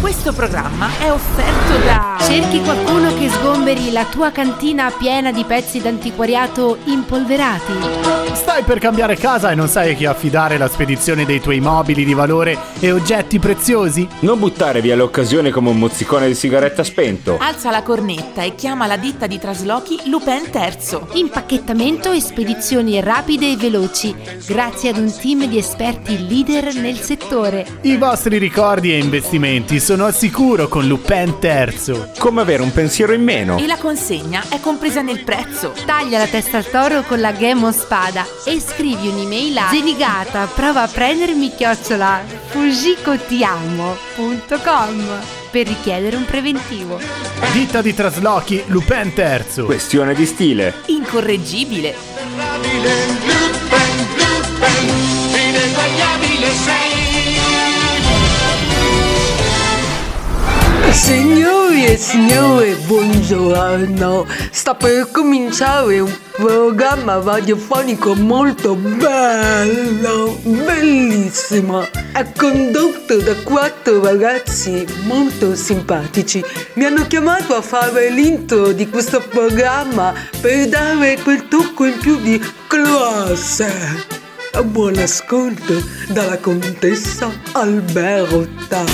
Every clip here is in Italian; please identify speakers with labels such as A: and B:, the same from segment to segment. A: Questo programma è offerto da
B: Cerchi qualcuno che sgomberi la tua cantina piena di pezzi d'antiquariato impolverati.
C: Stai per cambiare casa e non sai a chi affidare la spedizione dei tuoi mobili di valore e oggetti preziosi?
D: Non buttare via l'occasione come un mozzicone di sigaretta spento.
A: Alza la cornetta e chiama la ditta di traslochi Lupin III.
B: Impacchettamento e spedizioni rapide e veloci, grazie ad un team di esperti leader nel settore.
C: I vostri ricordi e investimenti sono al sicuro con Lupin III.
D: Come avere un pensiero in meno.
A: E la consegna è compresa nel prezzo.
B: Taglia la testa al toro con la Gemo Spada e scrivi un'email a zenigata prova a prendermi chiocciola fujicotiamo.com per richiedere un preventivo.
C: Ditta di traslochi Lupin III.
D: Questione di stile.
A: Incorreggibile.
E: Signori e signore, buongiorno. Sta per cominciare un programma radiofonico molto bello, bellissimo. È condotto da quattro ragazzi molto simpatici. Mi hanno chiamato a fare l'intro di questo programma per dare quel tocco in più di classe. Buon ascolto dalla contessa Alberta.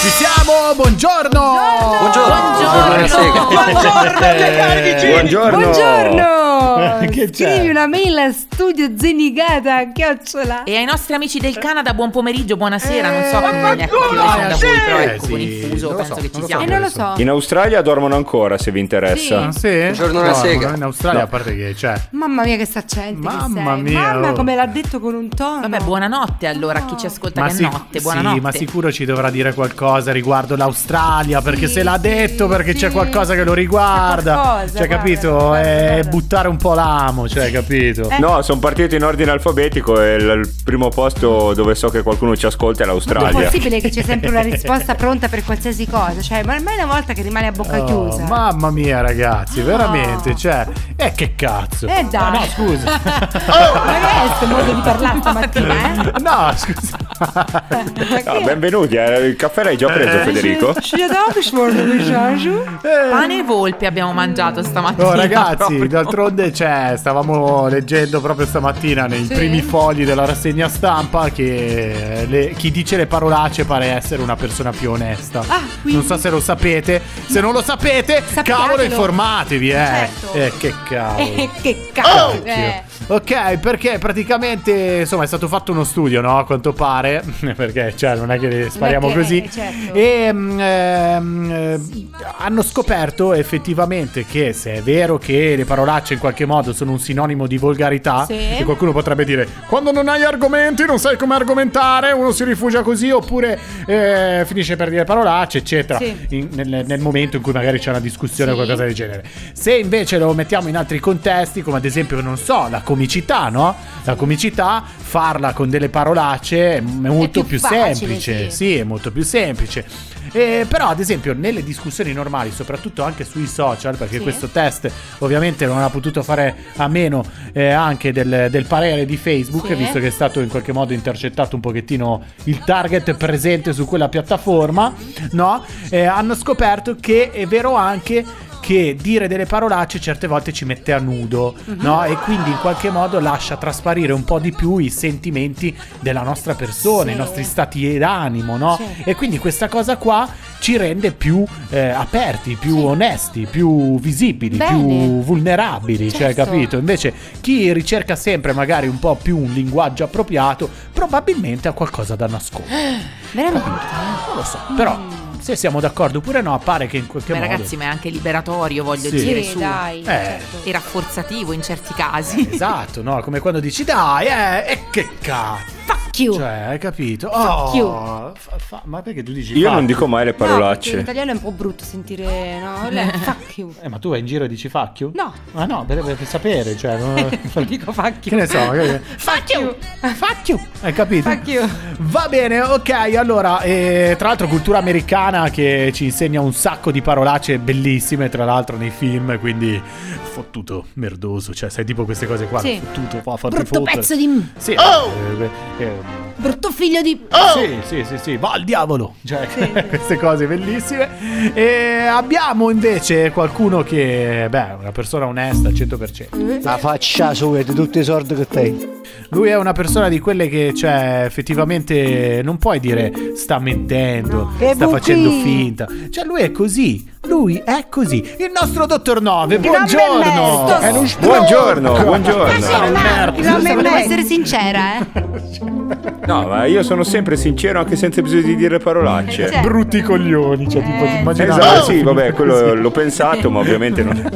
C: Ci siamo, buongiorno!
A: Buongiorno.
D: Eh, Buongiorno.
B: Buongiorno!
C: Oh Che c'è?
B: Scrivi una mail a studio zenigata chiocciola.
A: E ai nostri amici del Canada buon pomeriggio, buonasera, non so come ecco, che sono da voi, però ecco,
C: Eh,
A: con
C: sì,
A: il fuso
C: non lo
A: penso che
C: so, non
A: ci
C: lo
A: siamo.
B: E non lo so.
D: In Australia dormono ancora, se vi interessa.
C: Ah, sì?
F: Buongiorno, una
C: No,
F: sega.
C: ma In Australia,
D: No.
C: a parte che cioè, c'è.
B: Mamma mia che sta accento che
C: Mamma
B: sei.
C: mia,
B: Mamma
C: oh.
B: come l'ha detto con un tono.
A: Vabbè, buonanotte allora a chi ci ascolta che è
C: sic-
A: notte,
C: sì,
A: buonanotte.
C: ma sicuro ci dovrà dire qualcosa riguardo l'Australia, perché
B: Sì,
C: se l'ha
B: sì,
C: detto, perché
B: sì.
C: c'è qualcosa che lo riguarda.
B: C'è qualcosa,
C: cioè,
B: guarda,
C: capito?
B: guarda,
C: è
B: guarda.
C: buttare un po' l'amo, cioè, capito?
B: Eh.
D: No, sono partito in ordine alfabetico e l- il primo posto dove so che qualcuno ci ascolta è
B: Ma è
D: l'Australia.
B: possibile che c'è sempre una risposta pronta per qualsiasi cosa? Cioè, ma ormai è una volta che rimane a bocca
C: Oh,
B: chiusa. Ah.
C: mamma mia, ragazzi, veramente, cioè, eh, che cazzo.
B: Eh, dai. Oh,
C: Ah, no, scusa.
B: Ma che è questo modo di parlare stamattina, eh?
C: no, scusa.
D: Ah, benvenuti, eh, il caffè l'hai già preso Federico?
B: Ci vediamo che ci vuole un messaggio?
A: Pane e volpe abbiamo mangiato stamattina.
C: Oh, ragazzi,
A: proprio.
C: d'altronde c'è, stavamo leggendo proprio stamattina nei
B: Sì.
C: primi fogli della rassegna stampa che le- chi dice le parolacce pare essere una persona più onesta.
B: Ah, quindi-
C: Non so se lo sapete, se non lo sapete,
B: Sappiatelo.
C: cavolo informatevi, eh.
B: Certo.
C: Eh, che cavolo.
B: Eh, che cazzo! eh.
C: Ok, perché praticamente insomma è stato fatto uno studio, no? A quanto pare, perché cioè non è che le spariamo
B: che-
C: così.
B: eh, certo.
C: E mm, ehm, eh, hanno scoperto effettivamente che se è vero che le parolacce in qualche modo sono un sinonimo di volgarità,
B: Sì.
C: e qualcuno potrebbe dire quando non hai argomenti non sai come argomentare, uno si rifugia così oppure eh, finisce per dire parolacce, eccetera,
B: Sì.
C: in- nel, nel momento in cui magari c'è una discussione o
B: Sì.
C: qualcosa del genere. Se invece lo mettiamo in altri contesti, come ad esempio, non so, la comicità, no? La comicità, farla con delle parolacce è molto
B: più
C: più,
B: facile,
C: semplice.
B: sì.
C: Sì, è molto più semplice. Eh, però, ad esempio, nelle discussioni normali, soprattutto anche sui social, perché
B: Sì.
C: questo test ovviamente non ha potuto fare a meno eh, anche del, del parere di Facebook,
B: Sì.
C: visto che è stato in qualche modo intercettato un pochettino il target presente su quella piattaforma, no? Eh, hanno scoperto che è vero anche che dire delle parolacce certe volte ci mette a nudo,
B: Mhm.
C: no? E quindi in qualche modo lascia trasparire un po' di più i sentimenti della nostra persona,
B: Sì.
C: i nostri stati d'animo, no?
B: Sì.
C: E quindi questa cosa qua ci rende più eh, aperti, più onesti, più visibili,
B: Bene.
C: più vulnerabili, cioè
B: Certo.
C: capito? Invece chi ricerca sempre magari un po' più un linguaggio appropriato, probabilmente ha qualcosa da nascondere.
B: Veramente?
C: Non lo so, però
B: Mm.
C: se siamo d'accordo oppure no, appare che in qualche
A: Beh,
C: modo
A: ragazzi, ma è anche liberatorio, voglio
C: Sì. Eh,
A: dire,
B: Sì,
A: su.
B: dai. certo.
A: E rafforzativo in certi casi.
C: Esatto, no? Come quando dici dai, eh, e che cazzo!
B: fuck you.
C: Cioè, hai capito?
B: Fuck
C: Oh,
B: you.
C: fa- fa- ma perché tu dici
D: Io
C: fuck?
D: non dico mai le
F: No, perché in
D: parolacce.
F: italiano è un po' brutto sentire. No, le- fuck you.
C: Eh, ma tu vai in giro e dici fuck you?
F: No.
C: Ma no, per, per sapere, cioè... non-
F: Dico fuck
C: Che
F: you.
C: ne so, magari-
F: Fuck you.
C: fuck you, hai capito?
F: Fuck you.
C: Va bene, ok, allora, eh, tra l'altro cultura americana che ci insegna un sacco di parolacce bellissime, tra l'altro nei film, quindi fottuto, merdoso, cioè sei tipo queste cose qua,
F: Sì.
C: fottuto, fa fatti
B: Brutto
C: fottere.
B: pezzo di.
C: Sì, eh, eh, eh,
B: Brutto figlio di.
C: sì, sì, sì, sì, va al diavolo. Cioè, queste cose bellissime. E abbiamo invece qualcuno che, beh, è una persona onesta al 100%.
G: La faccia su di tutti i soldi che te.
C: Lui è una persona di quelle che, cioè, effettivamente non puoi dire sta mentendo,
G: Che
C: sta
G: buchi!
C: facendo finta. Cioè, lui è così. Lui è così. Il nostro dottor Nove, buongiorno.
F: merda,
C: È uno stronzo.
D: Buongiorno, buongiorno.
C: Sì. merda.
B: Devo essere sincera, eh.
D: No, ma io sono sempre sincero anche senza bisogno di dire parolacce.
F: Cioè,
C: Brutti coglioni, cioè, tipo,
F: Eh,
C: immaginate.
D: Esatto, sì, vabbè, quello l'ho pensato, ma ovviamente non.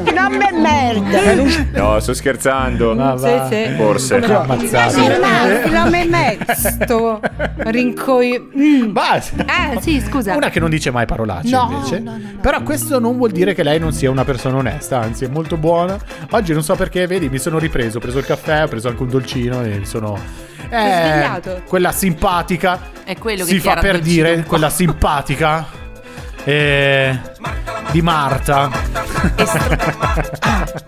G: Merda.
D: No, sto scherzando.
C: Ma
B: Ah,
C: va.
F: Sì, sì.
D: Forse.
C: Ci ha ammazzato. Eh.
F: Sì, ma la me mesto rincoi. Mm.
C: Basta.
B: Eh, sì, scusa.
C: Una che non dice mai parolacce
B: No,
C: invece.
B: no, no, no.
C: Però questo non vuol dire che lei non sia una persona onesta, anzi è molto buona. Oggi non so perché, vedi, mi sono ripreso, ho preso il caffè, ho preso anche un dolcino e mi sono... eh,
F: svegliato.
C: quella simpatica.
A: È quello che
C: si fa
A: Chiara
C: per
A: Dolci
C: dire,
A: non fa.
C: quella simpatica. eh, di Marta.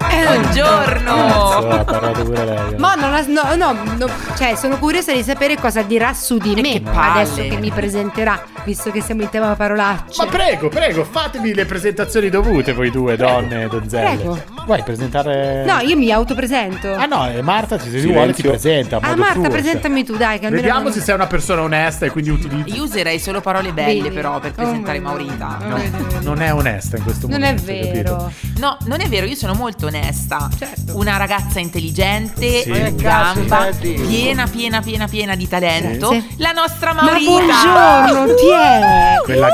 A: Buongiorno.
C: Eh, Ha parlato pure lei. eh.
F: Ma non la- no, no, no.
B: Cioè, sono curiosa di sapere cosa dirà su di me
A: che palle.
B: adesso che mi presenterà, visto che siamo in tema parolacce.
C: Ma prego, prego, fatemi le presentazioni dovute voi due, donne e donzelle.
F: Prego.
C: Vuoi presentare...
F: No, io mi autopresento.
C: Ah no, eh, Marta se si vuole ti
D: Silenzio.
C: presenta. a
F: Ah,
C: modo
F: Marta,
C: tuo, cioè.
F: presentami tu, dai, che almeno
C: Vediamo
F: non-
C: se sei una persona onesta e quindi utilizzi.
A: Io userei solo parole belle
F: Vedi?
A: però per
F: Oh
A: presentare
F: my God.
A: Maurita.
F: Non
A: No.
F: è vero.
C: Non è onesta in questo
F: Non è
C: momento. capito?
F: vero.
A: No, non è vero, io sono molto onesta.
F: Certo.
A: Una ragazza intelligente,
C: Sì.
A: in gamba, piena, piena, piena, piena di talento.
B: Sì.
A: La nostra
F: Ma
A: Maurita.
F: buongiorno, ti è?
C: Quella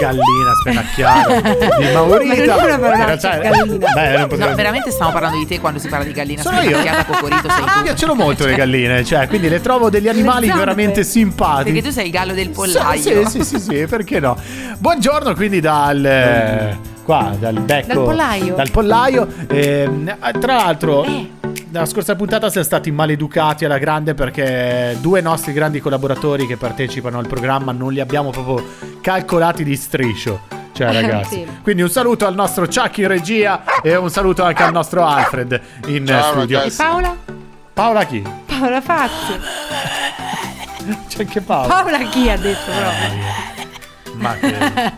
C: gallina spenacchiata di Maurita.
F: Ma non è una parola,
C: In realtà-
F: gallina.
C: Beh, non poteva-
A: No, veramente stiamo parlando di te quando si parla di gallina
C: Sono io. Ah,
A: spinacchiata, cocorito, sei
C: Mi
A: tu.
C: piacciono molto le galline, cioè, quindi le trovo degli animali
F: zampe.
C: veramente
A: Perché
C: simpatici.
A: tu sei il gallo del
C: Sì,
A: pollaio.
C: Sì, sì, sì, sì, perché no? Buongiorno quindi dal... eh, qua, dal becco...
F: Dal pollaio.
C: Dal pollaio. Ehm, eh, tra l'altro... La scorsa puntata siamo stati maleducati alla grande perché due nostri grandi collaboratori che partecipano al programma non li abbiamo proprio calcolati di striscio. Cioè, ragazzi.
F: Sì.
C: Quindi un saluto al nostro Chuck in regia e un saluto anche al nostro Alfred in eh, studio.
F: E Paola?
C: Paola chi?
F: Paola Fazzi.
C: C'è anche Paola.
F: Paola chi ha detto però?
C: Ma che...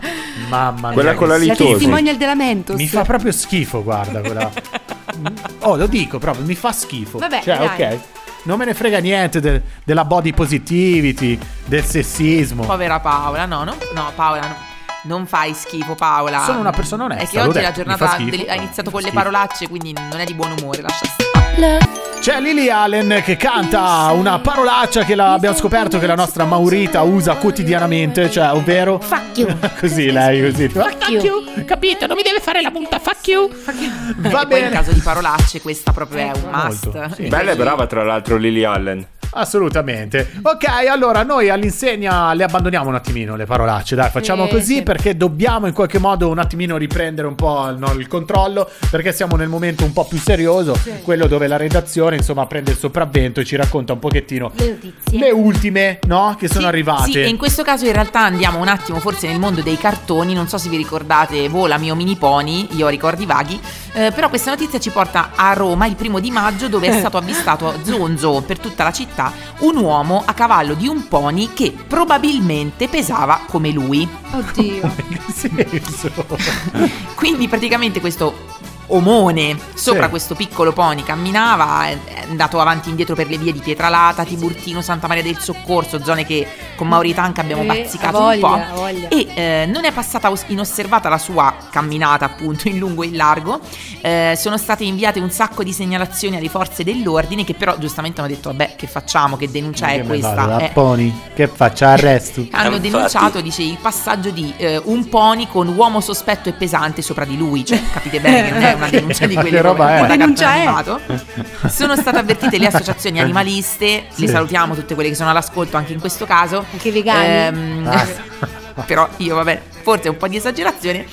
C: Mamma mia.
D: Quella
C: che
D: con la
C: schifo.
F: La
D: Litosi.
F: testimonial della Mentos.
C: Mi fa proprio schifo, guarda quella. oh, lo dico proprio, mi fa schifo.
F: Vabbè,
C: cioè,
F: dai.
C: ok. Non me ne frega niente del- della body positivity, del sessismo.
A: Povera Paola, no, no, no Paola, no. non fai schifo Paola.
C: Sono una persona onesta,
A: È che
C: l'ho
A: oggi la
C: detto, mi fa
A: giornata
C: schifo.
A: del- ha iniziato con
C: Mi fa
A: le
C: schifo.
A: parolacce, quindi non è di buon umore, lascia stare.
C: C'è Lily Allen che canta una parolaccia che la- abbiamo scoperto che la nostra Maurita usa quotidianamente, cioè, ovvero.
B: Fuck you.
C: così lei, così.
B: you.
C: Capito? Non mi deve fare la punta, fuck you. Va
A: E poi in
C: bene. Eh,
A: caso di parolacce questa proprio è un
C: Molto,
A: must.
C: sì.
D: Bella e brava, tra l'altro, Lily Allen.
C: Assolutamente. Ok, allora noi all'insegna le abbandoniamo un attimino le parolacce, dai, facciamo
F: Sì,
C: così
F: sì.
C: perché dobbiamo in qualche modo un attimino riprendere un po' il, no, il controllo perché siamo nel momento un po' più serioso, quello dove la redazione insomma prende il sopravvento e ci racconta un pochettino
B: Le notizie.
C: le ultime, no? Che sono
A: Sì,
C: arrivate.
A: Sì, e in questo caso in realtà andiamo un attimo forse nel mondo dei cartoni, non so se vi ricordate Vola mio mini pony, io ho ricordi vaghi, eh, però questa notizia ci porta a Roma il primo di maggio dove
C: Eh.
A: è stato avvistato a zonzo per tutta la città un uomo a cavallo di un pony che probabilmente pesava come lui.
F: Oddio.
C: In che senso?
A: Quindi praticamente questo omone sopra
C: Sì.
A: questo piccolo pony camminava, è è andato avanti e indietro per le vie di Pietralata, Tiburtino, Santa Maria del Soccorso, zone che con Mauritanca abbiamo
F: Eh,
A: bazzicato
F: ha voglia,
A: un
F: ha
A: po'.
F: voglia.
A: E eh, non è passata os- inosservata la sua camminata appunto in lungo e in largo, Eh, sono state inviate un sacco di segnalazioni alle forze dell'ordine che però giustamente hanno detto vabbè che facciamo, che denuncia è
C: Che me vado
A: questa?
C: da
A: Eh,
C: Pony, che faccia arresto.
A: hanno
H: Infatti.
A: denunciato, dice, il passaggio di eh, un pony con uomo sospetto e pesante sopra di lui. Cioè, capite bene che non è una denuncia di
C: Ma che
A: quelli
C: roba è?
A: come il
F: Denuncia è.
A: raccontato. Sono state avvertite le associazioni animaliste, le salutiamo tutte quelle che sono all'ascolto anche in questo caso.
B: Anche i vegani.
A: Ehm, però io vabbè, forse un po' di esagerazione.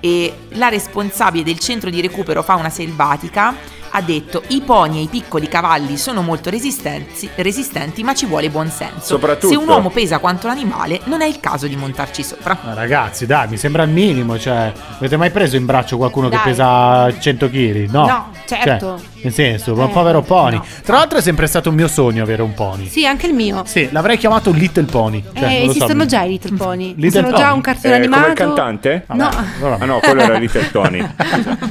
A: E la responsabile del centro di recupero fauna selvatica ha detto i poni e i piccoli cavalli sono molto resistenti, resistenti ma ci vuole buon senso.
D: Soprattutto.
A: Se un uomo pesa quanto l'animale non è il caso di montarci sopra.
C: Ma ragazzi, dai, mi sembra il minimo. Cioè, avete mai preso in braccio qualcuno che
B: Dai.
C: pesa 100 kg? No,
F: No, certo.
C: Cioè, nel senso, ma
F: Eh,
C: povero pony.
F: no.
C: Tra l'altro, è sempre stato un mio sogno avere un pony.
F: Sì, anche il mio.
C: Sì, l'avrei chiamato Little Pony. Cioè,
F: Eh,
C: non lo so,
F: esistono
C: mi-
F: già i Little Pony.
C: Little
F: sono già
C: Pony.
F: un cartone
D: Eh, come il
F: animato.
D: cantante?
C: Vabbè,
F: No.
C: vabbè.
D: Ah no, quello era Little Tony.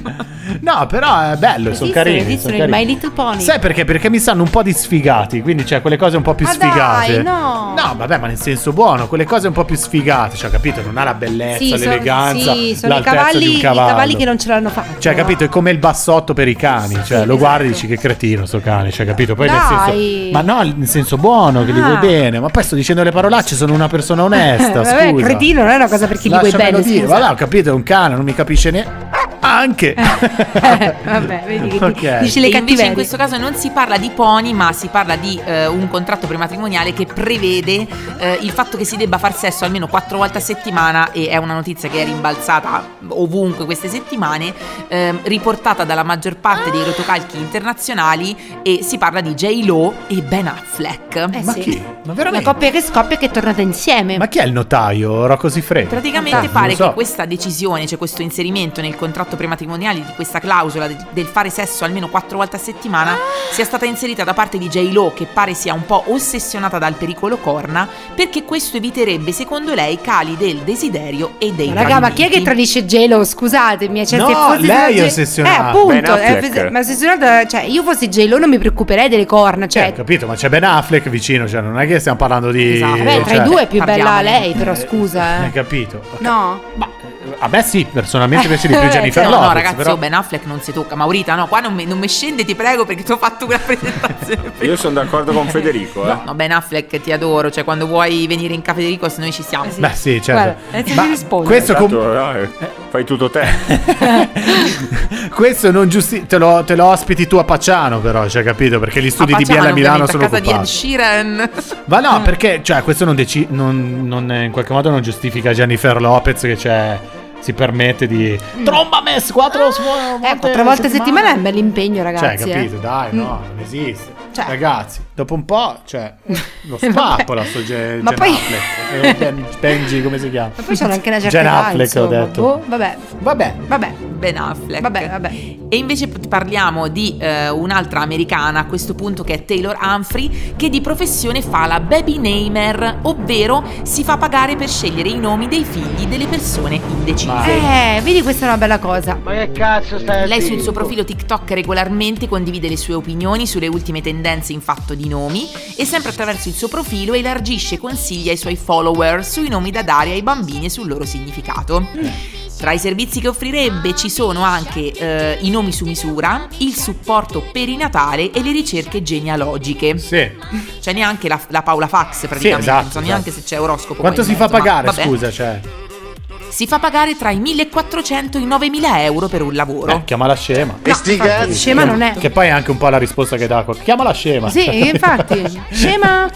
C: No, però è bello, sono
F: Esistono,
C: carini.
F: esistono
C: son
F: i
C: carini.
F: My Little Pony.
C: Sai perché? Perché mi sanno un po' di sfigati, quindi cioè quelle cose un po' più
F: Ma
C: sfigate.
F: dai, no.
C: No, vabbè, ma nel senso buono, quelle cose un po' più sfigate, cioè capito, non ha la bellezza,
F: Sì, sono-
C: l'eleganza,
F: sì, sono i
C: l'altezza di
F: cavalli,
C: un
F: i
C: cavallo.
F: cavalli che non ce l'hanno fatta.
C: Cioè, capito, è come il bassotto per i cani, cioè lo guardi e dici che cretino sto cane, cioè capito? Poi nel
F: esatto. Dai.
C: senso Ma no, nel senso buono che gli
F: Ah.
C: vuoi bene, ma poi sto dicendo le parolacce, sono una persona onesta,
F: Vabbè,
C: scusa.
F: cretino non è una cosa perché gli vuoi
C: Lasciamelo
F: bene,
C: dire,
F: scusa.
C: vabbè, ho capito, è un cane, non mi capisce neanche. Anche.
F: Eh, vabbè, vedi che ti-
C: Ok.
F: dici le
A: e invece in
F: cattiverie.
A: questo caso non si parla di pony, ma si parla di eh, un contratto prematrimoniale che prevede eh, il fatto che si debba far sesso almeno quattro volte a settimana e è una notizia che è rimbalzata ovunque queste settimane, ehm, riportata dalla maggior parte dei rotocalchi internazionali e si parla di J. Lo e Ben Affleck.
F: Eh,
C: Ma
F: sì.
C: chi? Ma
B: Una
C: veramente?
B: coppia che scoppia e che è tornata insieme.
C: Ma chi è il notaio? Rocco Siffredi?
A: Praticamente
C: Ah,
A: pare
C: non so.
A: che questa decisione, cioè questo inserimento nel contratto prematrimoniale di questa clausola de- del fare sesso almeno quattro volte a settimana sia stata inserita da parte di J. Lo, che pare sia un po' ossessionata dal pericolo corna, perché questo eviterebbe, secondo lei, cali del desiderio e dei
F: Raga, ma chi è che
A: tradimenti.
F: tradisce Gelo? Scusatemi, cioè,
C: No,
F: se fosse
C: lei è
F: J-
C: ossessionata.
F: Eh,
D: Ben
F: appunto,
D: Affleck.
F: è fes- ma ossessionata, cioè, io fossi Gelo non mi preoccuperei delle corna,
C: Cioè,
F: cioè,
C: ho capito, ma c'è Ben Affleck vicino, cioè non è che stiamo parlando di...
A: Esatto.
F: vabbè, tra
C: cioè,
F: i due è più bella
A: parliamone.
F: lei, però
C: eh,
F: scusa,
C: Hai
F: eh.
C: capito?
F: No.
C: Ma eh, a me sì, personalmente invece di più
F: Eh,
C: Jennifer
A: No,
C: Lopez.
A: no, ragazzi,
C: però-
A: oh, Ben Affleck non si tocca. Maurita, no, qua non mi, non mi scendi, ti prego, perché ti ho fatto una presentazione.
D: Io sono d'accordo con Federico, eh.
A: No, Ben Affleck, ti adoro. Cioè, quando vuoi venire in Cafe di Ricos, noi ci siamo.
C: Beh sì, certo.
F: Guarda, eh, ti
C: Ma
F: rispondo.
C: questo, com-
D: Tanto, no, eh, fai tutto te.
C: questo non giustifica... Te, lo- te lo ospiti tu a Pacciano però, cioè capito? Perché gli studi di Biella a Milano sono
A: a casa di Ed
C: occupati.
A: Sheeran.
C: Ma
F: Mm.
C: no, perché cioè, questo non, deci- non- non- eh, in qualche modo non giustifica Jennifer Lopez che c'è, si permette di... Tromba mess, quattro su-
F: Mm. Eh, quattro volte a settimana è un bel impegno,
C: Cioè,
F: ragazzi.
C: capito,
F: eh.
C: dai, no, non esiste.
F: Cioè.
C: Ragazzi, dopo un po', cioè, lo spappola sto Gen,
F: Ma
C: Gen
F: poi-
C: Affleck. Eh, Ben- Benji, come si chiama?
F: Ma poi c'hanno anche una certa
C: Gen
F: età,
C: Affleck,
F: insomma,
C: ho detto.
F: boh, vabbè,
C: Vabbè.
F: vabbè,
A: Ben Affleck.
F: vabbè, vabbè.
A: E invece p- parliamo di eh, un'altra americana a questo punto che è Taylor Humphrey, che di professione fa la baby namer, ovvero si fa pagare per scegliere i nomi dei figli delle persone
C: Ah.
A: indecise.
F: Eh, vedi, questa è una bella cosa.
G: Ma che cazzo
C: Eh,
G: stai
A: Lei sul suo profilo TikTok regolarmente condivide le sue opinioni sulle ultime tendenze in fatto di nomi e sempre attraverso il suo profilo elargisce consigli ai suoi follower sui nomi da dare ai bambini e sul loro significato.
C: Mm.
A: Tra i servizi che offrirebbe ci sono anche eh, i nomi su misura, il supporto perinatale e le ricerche genealogiche.
C: Sì.
A: C'è neanche la, la Paola Fax praticamente,
C: esatto,
A: non so
C: esatto.
A: neanche se c'è oroscopo.
C: Quanto
A: poi
C: si
A: in
C: fa
A: mezzo, ma
C: pagare,
A: vabbè.
C: scusa, cioè?
A: Si fa pagare tra i 1400 e i 9000 euro per un lavoro.
C: Eh, chiama la scema.
G: E sti cazzi.
F: Scema non è.
C: Che poi è anche un po' la risposta che dà. Chiama la scema.
F: Sì, infatti, scema.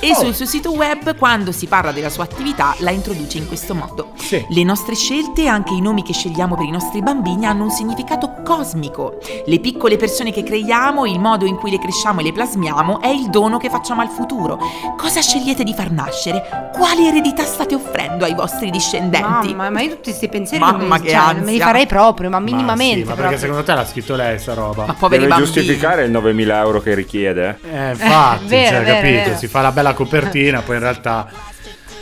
A: E
C: Oh.
A: sul suo sito web, quando si parla della sua attività, la introduce in questo modo.
C: Sì.
A: Le nostre scelte e anche i nomi che scegliamo per i nostri bambini hanno un significato cosmico. Le piccole persone che creiamo, il modo in cui le cresciamo e le plasmiamo è il dono che facciamo al futuro. Cosa scegliete di far nascere? Quali eredità state offrendo ai vostri discendenti?
F: Mamma, ma io tutti questi pensieri non,
A: Mamma,
F: mi,
A: che
F: cioè, non me li
A: ansia.
F: farei proprio, ma
C: Ma sì,
F: minimamente.
C: ma
F: proprio.
C: perché secondo te l'ha scritto lei sta roba?
A: Ma poveri
D: Deve
A: bambini.
D: giustificare il 9000 euro che richiede. eh.
C: Eh, infatti,
F: vero,
C: cioè,
F: vero,
C: capito,
F: vero.
C: si fa la bella copertina, poi in realtà...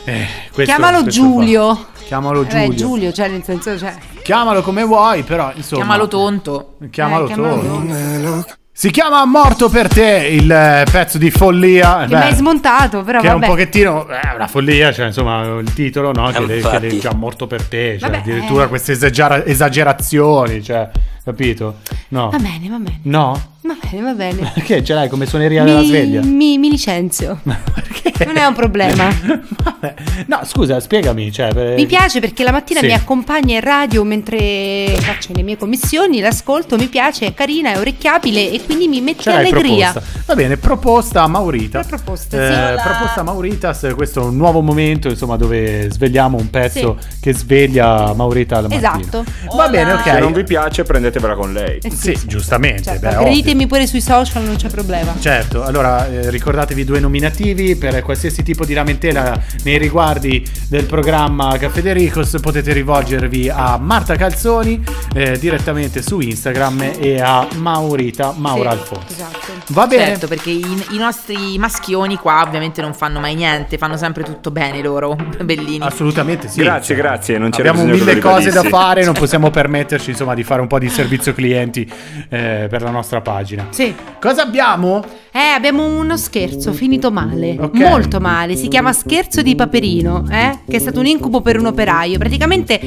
C: eh, questo-
F: Chiamalo
C: questo fa.
F: Giulio.
C: Chiamalo
F: Eh,
C: Giulio.
F: Giulio, cioè, nel senso, cioè.
C: Chiamalo come vuoi, però insomma...
A: Chiamalo tonto.
C: Chiamalo
F: Eh, chiamalo
C: tu.
F: tu.
C: Si chiama Morto per te il eh, pezzo di follia.
F: Che
C: beh,
F: mi hai smontato, però
C: Che è un
F: vabbè.
C: pochettino eh, una follia, cioè insomma il titolo, no? Che, le- che le- già morto per te, cioè,
F: Vabbè,
C: addirittura
F: eh.
C: queste esagera- esagerazioni, cioè, capito? No.
F: Va bene, va bene.
C: No?
F: Va
B: Va bene, va bene.
C: Perché ce l'hai come suoneria della
B: Mi,
C: sveglia?
B: mi- mi licenzio.
C: Perché?
B: Non è un problema.
C: Vabbè. no, scusa, spiegami. Cioè, per-
B: Mi piace perché la mattina
C: Sì.
B: mi accompagna in radio mentre faccio le mie commissioni, l'ascolto, mi piace, è carina, è orecchiabile e quindi mi mette
C: Ce l'hai
B: allegria.
C: proposta. Va bene, proposta a Maurita.
F: Le proposte,
C: Eh,
F: sì.
B: Hola.
C: proposta a Maurita, se questo è un nuovo momento, insomma, dove svegliamo un pezzo che sveglia Maurita al mattino.
B: Esatto. Eh,
C: Va bene, ok.
D: Se non vi piace, prendetevela con lei.
C: Sì, giustamente.
B: Certo,
C: beh, ovvio.
B: Credetemi pure sui social, non c'è problema.
C: Certo, allora eh, ricordatevi due nominativi per qualsiasi tipo di lamentela nei riguardi del programma Caffè De Ricos potete rivolgervi a Marta Calzoni eh, direttamente su Instagram e a Maurita Maura
B: Sì,
C: Alfonso.
B: Esatto.
C: Va bene.
A: Certo, perché i, i nostri maschioni qua ovviamente non fanno mai niente, fanno sempre tutto bene loro, bellini.
C: Assolutamente sì.
D: Grazie, grazie, non c'era
C: Abbiamo
D: bisogno che
C: mille
D: lo
C: cose da
D: ribadissi.
C: fare, non possiamo permetterci insomma di fare un po' di servizio clienti eh, per la nostra pagina.
B: Sì.
C: Cosa abbiamo?
B: Eh, abbiamo uno scherzo finito male,
C: Ok.
B: molto male. Si chiama Scherzo di Paperino, eh? che è stato un incubo per un operaio. Praticamente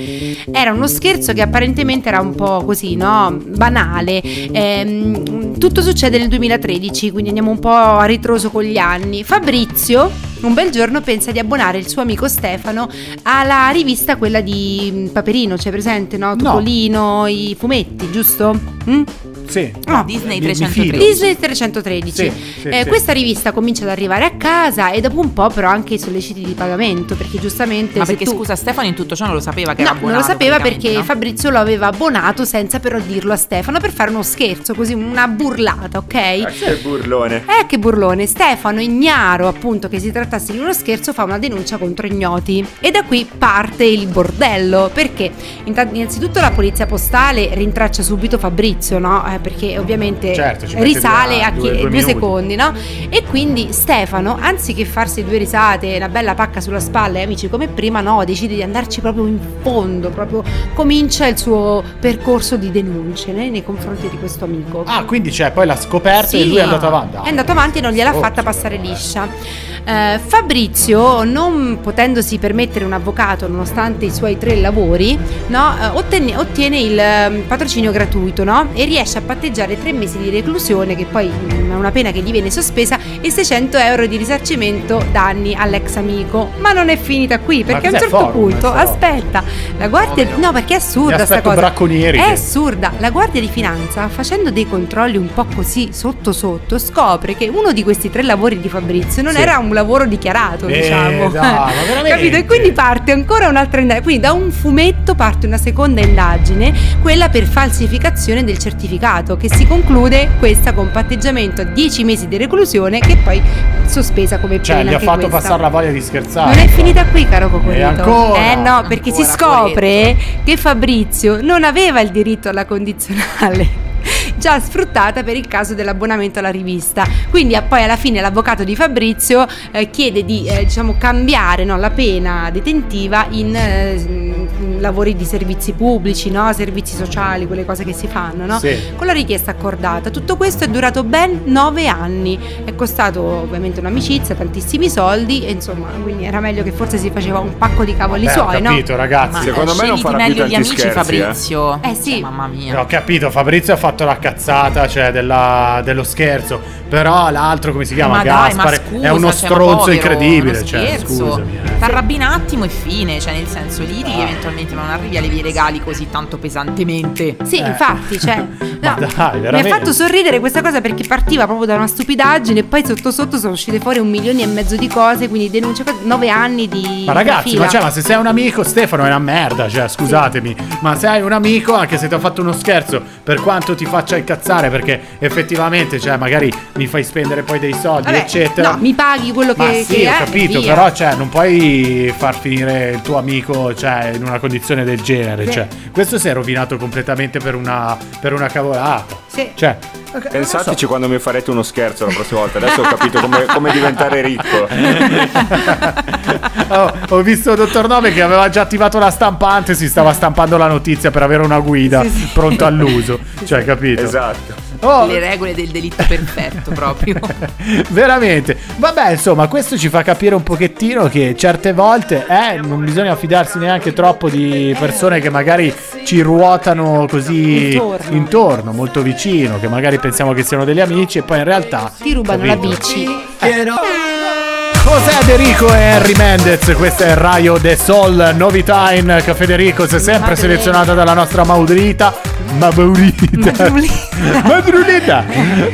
B: era uno scherzo che apparentemente era un po' così, no? Banale. Ehm, tutto succede nel 2013, quindi andiamo un po' a ritroso con gli anni. Fabrizio, un bel giorno, pensa di abbonare il suo amico Stefano alla rivista quella di mm, Paperino, c'è presente, no? Topolino, i fumetti, giusto? Mm?
C: Sì.
B: No,
A: Disney
C: mi- mi
A: 313.
C: fido.
B: Disney 313.
C: Sì, sì,
B: Eh,
C: sì.
B: Questa rivista comincia ad arrivare a casa e dopo un po' però anche i solleciti di pagamento perché giustamente...
A: Ma
B: se
A: perché
B: tu-
A: scusa, Stefano in tutto ciò non lo sapeva che
B: No,
A: era
B: non lo
A: abbonato,
B: sapeva
A: praticamente,
B: perché
A: no?
B: Fabrizio lo aveva abbonato senza però dirlo a Stefano per fare uno scherzo, così una burlata, ok?
D: Ah, che burlone.
B: Eh, che burlone! Stefano, ignaro appunto che si trattasse di uno scherzo, fa una denuncia contro ignoti. E da qui parte il bordello. Perché? Inta- innanzitutto la polizia postale rintraccia subito Fabrizio, no? Eh, perché ovviamente
C: Certo, ci mette
B: risale
C: due-
B: a chi-
C: due- due
B: due,
C: minuti.
B: secondi, no? E quindi Stefano, anziché farsi due risate, una bella pacca sulla spalla e amici come prima, no, decide di andarci proprio in fondo, proprio comincia il suo percorso di denunce né, nei confronti di questo amico.
C: Ah, quindi c'è poi la scoperta Certo, e
B: Sì.
C: lui è andato avanti.
B: È andato avanti e non gliel'ha
C: Oh,
B: fatta
C: sì,
B: passare
C: eh.
B: liscia. Eh, Fabrizio, non potendosi permettere un avvocato nonostante i suoi tre lavori, no, eh, ottenne- ottiene il ehm, patrocinio gratuito no? e riesce a patteggiare tre mesi di reclusione, che poi mm, è una pena che gli viene sospesa, e 600 euro di risarcimento danni all'ex amico. Ma non è finita qui, perché a un
C: cos'è
B: certo
C: forum,
B: punto,
C: questa roba?
B: aspetta, la guardia...
C: Ovvio.
B: No, perché è
C: Mi
B: assurda sta
C: aspetto
B: cosa.
C: bracconieri.
B: È
C: che-
B: assurda, la Guardia di Finanza, facendo dei controlli un po' così sotto sotto, scopre che uno di questi tre lavori di Fabrizio non
C: Sì.
B: era un lavoro dichiarato,
C: Eh,
B: diciamo.
C: dai, ma veramente?
B: Capito? E quindi parte ancora un'altra indagine. Quindi da un fumetto parte una seconda indagine, quella per falsificazione del certificato, che si conclude questa con patteggiamento a 10 mesi di reclusione che poi sospesa come pena.
C: Cioè, gli ha
B: anche
C: fatto
B: questa.
C: passare la voglia di scherzare.
B: Non è finita qui, caro Cocorito.
C: E ancora?
B: Eh no, perché si
A: Ancora,
B: scopre che Fabrizio non aveva il diritto alla condizionale. Già sfruttata per il caso dell'abbonamento alla rivista. Quindi, ah, poi alla fine l'avvocato di Fabrizio eh, chiede di eh, diciamo, cambiare no, la pena detentiva in eh, mh, lavori di servizi pubblici, no? servizi sociali, quelle cose che si fanno. No?
C: Sì.
B: con la richiesta accordata. Tutto questo è durato ben nove anni, è costato ovviamente un'amicizia, tantissimi soldi e insomma, quindi era meglio che forse si faceva un pacco di cavoli
C: Beh, Eh, ho
B: suoi,
C: capito,
B: no?
A: Ma
C: ragazzi.
D: Secondo
A: eh,
D: me non
A: scegliti
D: farà più
A: meglio
D: tanti
A: gli amici,
D: scherzi, eh.
A: Fabrizio.
B: Eh, sì.
A: Cioè, mamma mia.
C: Ho capito, Fabrizio ha fatto la cazzata, cioè della- dello scherzo. Però l'altro, come si chiama?
A: Ma dai, ma
C: Gaspare,
A: scusa,
C: è uno
A: cioè, ma
C: stronzo
B: oh,
A: povero,
C: incredibile.
A: uno
C: Cioè,
A: scherzo.
C: scusami. eh. Ah.
A: T'arrabbi un attimo e fine, cioè nel senso lì che eventualmente ma non arrivi a levi i regali così tanto pesantemente.
B: Sì,
C: Eh.
B: infatti, cioè,
C: Ma dai,
B: mi ha
C: veramente.
B: fatto sorridere questa cosa perché partiva proprio da una stupidaggine e poi sotto sotto sono uscite fuori un milione e mezzo di cose, quindi denunce cose- nove anni di
C: Ma ragazzi,
B: fila.
C: ma, cioè, ma se sei un amico, Stefano è una merda, cioè scusatemi, ma se hai un amico, anche se ti ho fatto uno scherzo, per quanto ti faccia incazzare, perché effettivamente, cioè, magari mi fai spendere poi dei soldi,
B: Vabbè,
C: eccetera.
B: no, mi paghi quello che,
C: Ma sì,
B: che
C: ho
B: è, e
C: capito,
B: via.
C: però cioè, non puoi far finire il tuo amico cioè, in una condizione del genere.
B: Sì.
C: Cioè, questo si è rovinato completamente per una, per una cavolata.
B: Sì.
C: Cioè, ok,
D: Pensateci quando mi farete uno scherzo la prossima volta. Adesso ho capito come, come diventare ricco.
C: Eh. Oh, ho visto il dottor Nove che aveva già attivato la stampante, si stava stampando la notizia per avere una guida pronta all'uso. Cioè, capito?
D: Esatto.
C: Oh.
A: le regole del delitto perfetto certo, proprio.
C: Veramente. Vabbè, insomma, questo ci fa capire un pochettino che certe volte eh, non bisogna fidarsi neanche troppo di persone che magari ci ruotano così
F: Intorno.
C: intorno, molto vicino, che magari pensiamo che siano degli amici e poi in realtà
B: Ti rubano
C: capito?
B: la bici.
C: José Federico e Henry Mendez, questa è Raio de Sol, novità in Caffè Federico, se sempre selezionata dalla nostra Maudrita. Maudrita. Maudrita.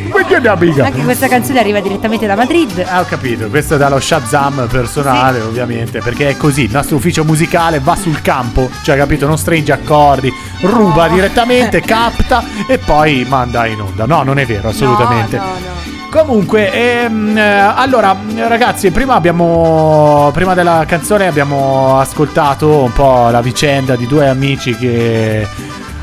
C: Buongiorno amica.
F: Anche questa canzone arriva direttamente da Madrid.
C: Ah, ho capito, questo è dallo Shazam personale, ovviamente, perché è così, il nostro ufficio musicale va sul campo, cioè capito, non stringe accordi, ruba direttamente, capta e poi manda in onda. No, non è vero, assolutamente.
F: No, no, no.
C: Comunque, ehm, eh, allora ragazzi, prima abbiamo prima della canzone abbiamo ascoltato un po' la vicenda di due amici che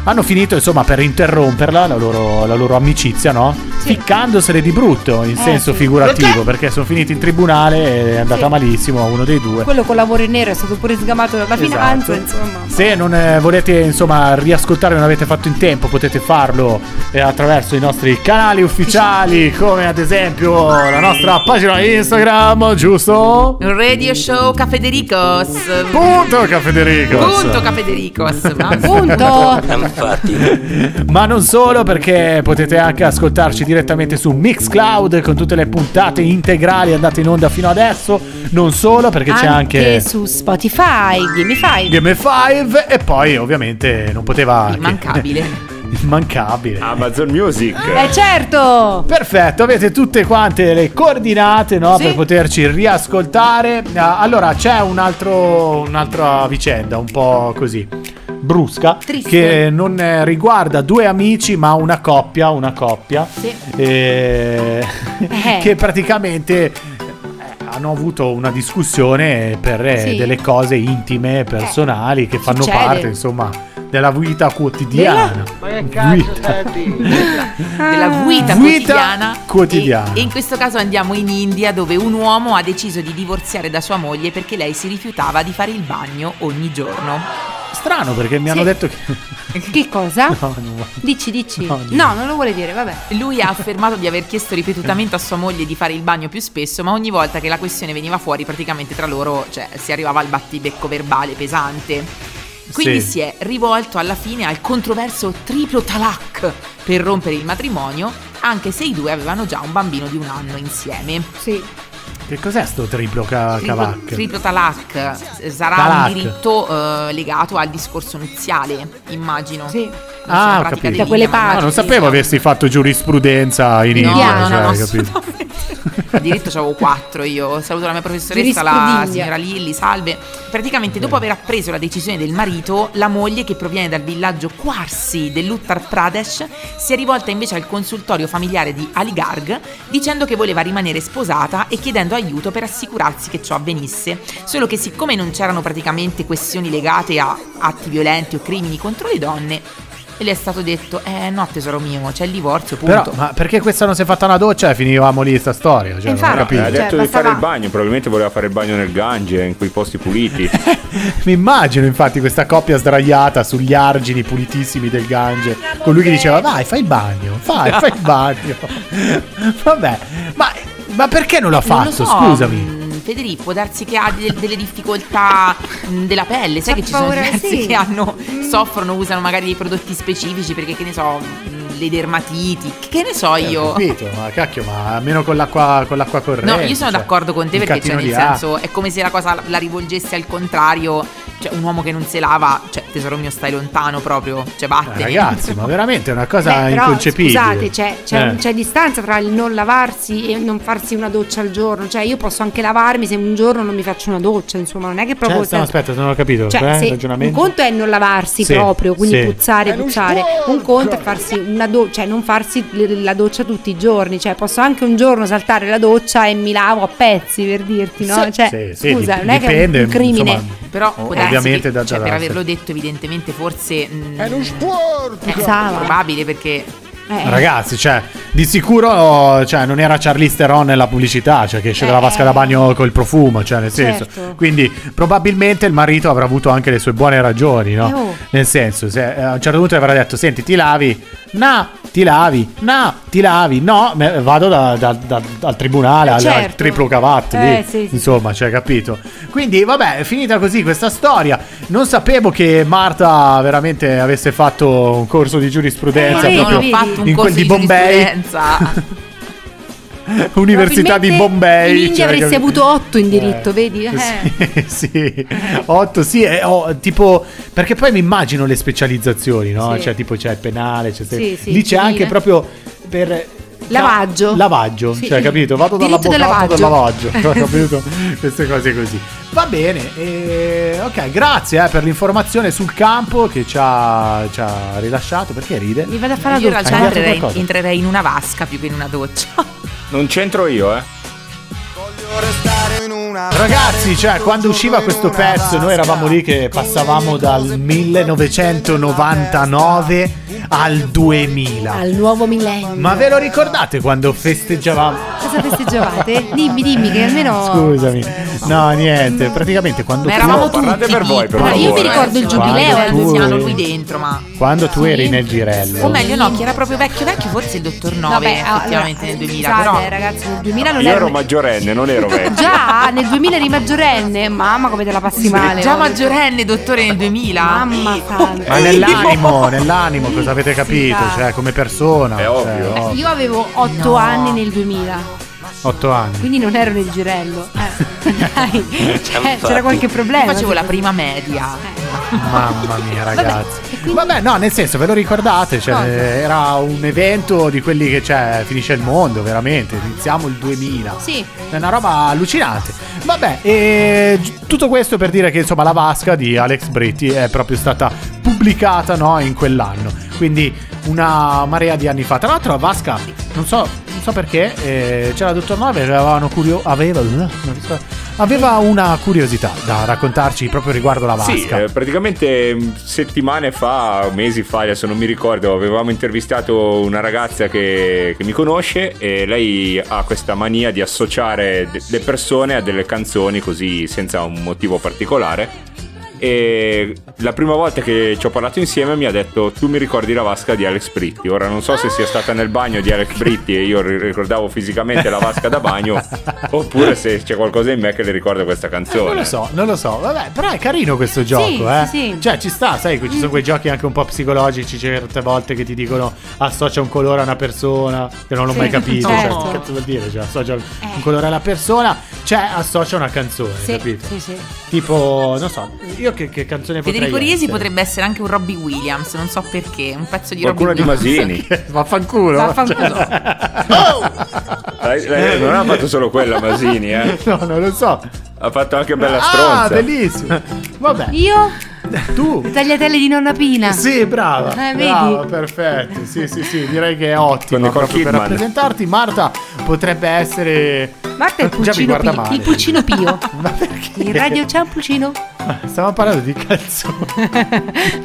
C: hanno finito insomma per interromperla la loro, la loro amicizia, no? Ficcandosene di brutto in senso
F: Eh, sì.
C: figurativo Ecco, perché? sono finiti in tribunale e è andata
F: Sì.
C: malissimo a uno dei due.
F: Quello con lavoro in nero è stato pure sgamato dalla finanza,
C: Esatto.
F: insomma.
C: Se non eh, volete insomma riascoltare, non avete fatto in tempo, potete farlo eh, attraverso i nostri canali ufficiali, come ad esempio la nostra pagina Instagram, giusto?
A: Radio show Cafedericos.
C: Punto Cafederico.
A: Punto Cafedericos. ma-
F: Punto.
C: Ma non solo, perché potete anche ascoltarci direttamente su Mixcloud con tutte le puntate integrali andate in onda fino adesso. Non solo, perché c'è anche
F: su Spotify, Gamify.
C: Game 5 e poi ovviamente non poteva anche-
A: Immancabile.
C: Immancabile.
D: Amazon Music.
F: Eh certo!
C: Perfetto, avete tutte quante le coordinate no, per poterci riascoltare. Ah, Allora c'è un altro, un'altra vicenda un po' così brusca
B: Triste.
C: che non eh, riguarda due amici ma una coppia, una coppia eh,
B: Eh.
C: che praticamente eh, hanno avuto una discussione per eh,
B: Sì. Eh.
C: delle cose intime, personali che fanno
B: Succede.
C: parte insomma della vita quotidiana. Vita.
A: della guida
C: Guida
A: quotidiana.
C: quotidiana.
A: E, e in questo caso andiamo in India dove un uomo ha deciso di divorziare da sua moglie perché lei si rifiutava di fare il bagno ogni giorno.
C: Strano perché mi hanno detto che
B: Che cosa?
C: No, no.
B: Dici, dici.
C: No,
B: No,
C: dici.
B: non lo vuole dire, vabbè.
A: Lui ha affermato di aver chiesto ripetutamente a sua moglie di fare il bagno più spesso, ma ogni volta che la questione veniva fuori, praticamente tra loro cioè, si arrivava al battibecco verbale pesante. Quindi
C: Sì.
A: si è rivolto alla fine al controverso triplo talak per rompere il matrimonio, anche se i due avevano già un bambino di un anno insieme.
F: Sì.
C: Che cos'è sto triplo ca-
A: Triplo,
C: cavac?
A: triplo talak eh, sarà
C: Talak.
A: un diritto eh, legato al discorso nuziale, immagino.
F: Sì.
A: Non so,
C: Ah, ho
A: pratica
C: capito.
A: degli
F: Da quelle diciamo.
A: indiani,
F: parti.
C: Ah, non
A: sì.
C: sapevo avessi fatto giurisprudenza in
A: No,
C: India,
A: no, no,
C: cioè,
A: no,
C: hai capito?
A: assolutamente. Il diritto c'avevo quattro io. Saluto la mia professoressa, la
F: Giurisprudenza.
A: signora Lilli, salve. Praticamente dopo aver appreso la decisione del marito, la moglie che proviene dal villaggio Quarsi dell'Uttar Pradesh si è rivolta invece al consultorio familiare di Aligarh dicendo che voleva rimanere sposata e chiedendo aiuto per assicurarsi che ciò avvenisse. Solo che siccome non c'erano praticamente questioni legate a atti violenti o crimini contro le donne, le è stato detto, eh no tesoro mio, c'è il divorzio, punto.
C: Però, ma perché questa non si è fatta una doccia e finivamo lì sta storia? Cioè, non ho
F: Infatti.
D: Eh,
C: capito.
D: ha
F: Cioè,
D: detto di fare
F: bastava-
D: il bagno, probabilmente voleva fare il bagno nel Gange, in quei posti puliti.
C: Mi immagino infatti questa coppia sdraiata sugli argini pulitissimi del Gange, con lui che diceva vai fai il bagno, fai, fai il bagno. Vabbè, ma, ma perché non l'ha
A: Non
C: fatto?
A: lo so,
C: Scusami.
A: mh, Federico, può darsi che ha del- delle difficoltà mh, della pelle, sai
F: Fa
A: che ci sono
F: paura,
A: diversi
F: sì. Mm.
A: che hanno, soffrono, usano magari dei prodotti specifici perché che ne so, mh, le dermatiti, che- che ne so
C: Eh,
A: io.
C: Ho capito, ma cacchio, ma almeno con l'acqua, con l'acqua corrente.
A: No, io sono
C: cioè,
A: d'accordo con te
C: un
A: perché cioè,
C: catino
A: nel
C: di acqua.
A: senso è come se la cosa la rivolgesse al contrario, cioè un uomo che non se lava, cioè tesoro mio stai lontano proprio, cioè
C: Eh,
A: vattene.
C: ragazzi, ma veramente è una cosa
F: Beh, però
C: inconcepibile.
F: scusate, c'è, c'è-
C: Eh.
F: c'è distanza tra il non lavarsi e non farsi una doccia al giorno. Cioè, io posso anche lavarmi se un giorno non mi faccio una doccia. Insomma, non è che
C: Cioè,
F: proprio.
C: no, aspetta, non ho capito.
F: Cioè,
C: eh,
F: se-
C: il
F: un
C: ragionamento.
F: conto è non lavarsi
C: Sì,
F: proprio, quindi
C: sì.
F: puzzare, puzzare. Un conto è farsi una doccia, cioè non farsi l- la doccia tutti i giorni. Cioè, posso anche un giorno saltare la doccia e mi lavo a pezzi per dirti, no?
C: Sì,
F: Cioè,
C: sì, sì,
F: scusa,
C: dip-
F: non è che è
C: dipende,
F: un- un crimine.
C: insomma,
A: Però
C: o-
A: può darsi
C: ovviamente
A: che-
C: da Eh,
A: cioè, per
C: da-
A: averlo detto evidentemente forse mh,
F: Pensava.
A: mm, probabile perché
F: Eh.
C: Ragazzi, cioè, di sicuro cioè, non era Charlize Theron nella pubblicità, cioè che esce dalla
F: Eh.
C: vasca da bagno col profumo, cioè nel senso.
F: Certo.
C: Quindi probabilmente il marito avrà avuto anche le sue buone ragioni, no?
F: Eh, oh.
C: Nel senso, se, eh, a un certo punto avrà detto, senti, ti lavi, no, ti lavi, no, ti lavi, no, me- vado da- da- da- dal tribunale,
F: Eh,
C: al, al
F: certo.
C: triplo cavat, lì.
F: Eh, sì, sì,
C: insomma, cioè, capito? Quindi, vabbè, è finita così questa storia. Non sapevo che Marta veramente avesse fatto un corso di giurisprudenza
F: Eh,
A: non
C: proprio
A: ho
F: vedi?
A: fatto un
C: in
A: corso
C: quel di Bombay,
A: giurisprudenza.
C: Università di
F: Probabilmente
C: Bombay.
F: In India
C: cioè,
F: avresti
C: capi-
F: avuto 8 in diritto, vedi? Eh.
C: Sì, sì. Otto, sì, eh, oh, tipo, perché poi mi immagino le specializzazioni, no?
F: Sì.
C: Cioè, tipo c'è il penale, c'è se-
F: Sì, sì,
C: lì c'è
F: civile.
C: anche proprio per...
F: Lavaggio.
C: Lavaggio,
F: Sì.
C: cioè, capito? Vado
F: Diritto del
C: dall'avvocato del
F: lavaggio.
C: lavaggio, cioè, capito? Queste cose così. Va bene, eh, ok, grazie eh, per l'informazione sul campo che ci ha, ci ha rilasciato. Perché ride?
F: Mi vado a fare
A: Io in
F: la
A: realtà
F: doccia.
C: Hai cambiato
A: entrerei,
C: qualcosa?
A: entrerei in una vasca più che in una doccia.
D: Non c'entro io, eh.
C: Ragazzi, cioè, quando usciva questo pezzo, noi eravamo lì che passavamo dal 1999 al 2000.
F: Al nuovo millennio.
C: Ma ve lo ricordate quando festeggiavamo?
F: Cosa festeggiavate? dimmi, dimmi che almeno...
C: Scusami, no, niente. Praticamente quando
A: Ma eravamo
C: tu,
D: parlate
A: tutti
D: per voi,
A: lì.
D: per
A: Allora, Io mi
D: favore, eh.
A: ricordo il
C: Quando
A: giubileo, eh,
C: tu-
A: Luciano, lui dentro, ma...
C: quando tu eri
F: Sì.
C: nel
A: O
C: girello,
A: meglio, no, chi era proprio vecchio vecchio, forse il dottor Nove,
F: Vabbè, allora, esatto,
A: effettivamente nel 2000,
F: scusate,
A: però...
F: ragazzi, nel 2000 non
D: Io
F: ero...
D: ero maggiorenne, non ero vecchio.
F: Già, nel 2000 eri maggiorenne. Mamma, come te la passi male.
A: Già
F: oh.
A: maggiorenne, dottore, nel 2000.
F: Mamma
C: Oh.
F: santa.
C: ma nell'animo, nell'animo, cosa avete capito? Cioè, come persona,
D: È ovvio.
C: cioè,
F: Io avevo 8
A: No.
F: anni nel 2000,
C: 8 anni.
F: quindi non ero nel girello. Eh, dai, cioè, c'era qualche
A: Io
F: problema.
A: facevo la prima media.
F: Eh.
C: Mamma mia, ragazzi.
F: e
C: Vabbè, no, nel senso, ve lo ricordate? Cioè,
F: Cosa?
C: era un evento di quelli che cioè, finisce il mondo, veramente. Iniziamo il 2000.
F: Sì.
C: È una roba allucinante. Vabbè, e gi- tutto questo per dire che insomma la vasca di Alex Britti è proprio stata pubblicata no, in quell'anno. Quindi una marea di anni fa. Tra l'altro la vasca, non so, non so perché, eh, c'era il dottor Nove, avevano curio- aveva, non ricordo- aveva una curiosità da raccontarci proprio riguardo la vasca.
D: Sì, eh, praticamente mh, settimane fa, mesi fa, adesso non mi ricordo, avevamo intervistato una ragazza che, che mi conosce e lei ha questa mania di associare de- le persone a delle canzoni così senza un motivo particolare. E la prima volta che ci ho parlato insieme mi ha detto tu mi ricordi la vasca di Alex Britti. Ora non so se sia stata nel bagno di Alex Britti e io ri- ricordavo fisicamente la vasca da bagno oppure se c'è qualcosa in me che le ricorda questa
C: Eh,
D: canzone.
C: non lo so, non lo so, vabbè, però è carino questo gioco, eh.
F: sì, sì.
C: Cioè, ci sta, sai, ci sono quei giochi anche un po' psicologici certe volte che ti dicono associa un colore a una persona, che non l'ho
F: Sì,
C: mai capito, cioè,
F: certo. Eh.
C: che cazzo vuol dire, cioè, associa un colore alla persona, cioè associa una canzone,
F: Sì,
C: capito?
F: sì, sì.
C: Tipo, non so, io che, che canzone
A: Federico
C: potrei
A: Riesi
C: essere?
A: potrebbe essere anche un Robbie Williams, non so perché, un pezzo di
D: Qualcuno di
A: Robbie Williams. esatto.
D: Masini.
C: Vaffanculo. Cioè.
F: Vaffanculo.
C: Oh!
D: Lei-
I: Eh,
D: lei non ha fatto solo quella Masini, eh.
C: No, non lo so.
D: Ha fatto anche bella
C: Ah,
D: stronza.
C: bellissimo. Vabbè,
F: Io,
C: tu
F: tagliatelle di nonna Pina.
C: Sì, brava.
F: Ah. Eh, vedi?
C: brava, perfetto. Sì, sì, sì, direi che è
D: Con
C: ottimo
D: Nicole
C: proprio per
D: Kidman.
C: rappresentarti. Marta potrebbe essere
F: Marta è il
C: Già mi
F: pulcino
C: guarda
F: Pio.
C: male.
F: Il pulcino Pio.
C: Ma perché?
F: Il radio c'è un pulcino?
C: Stiamo parlando di calzoni.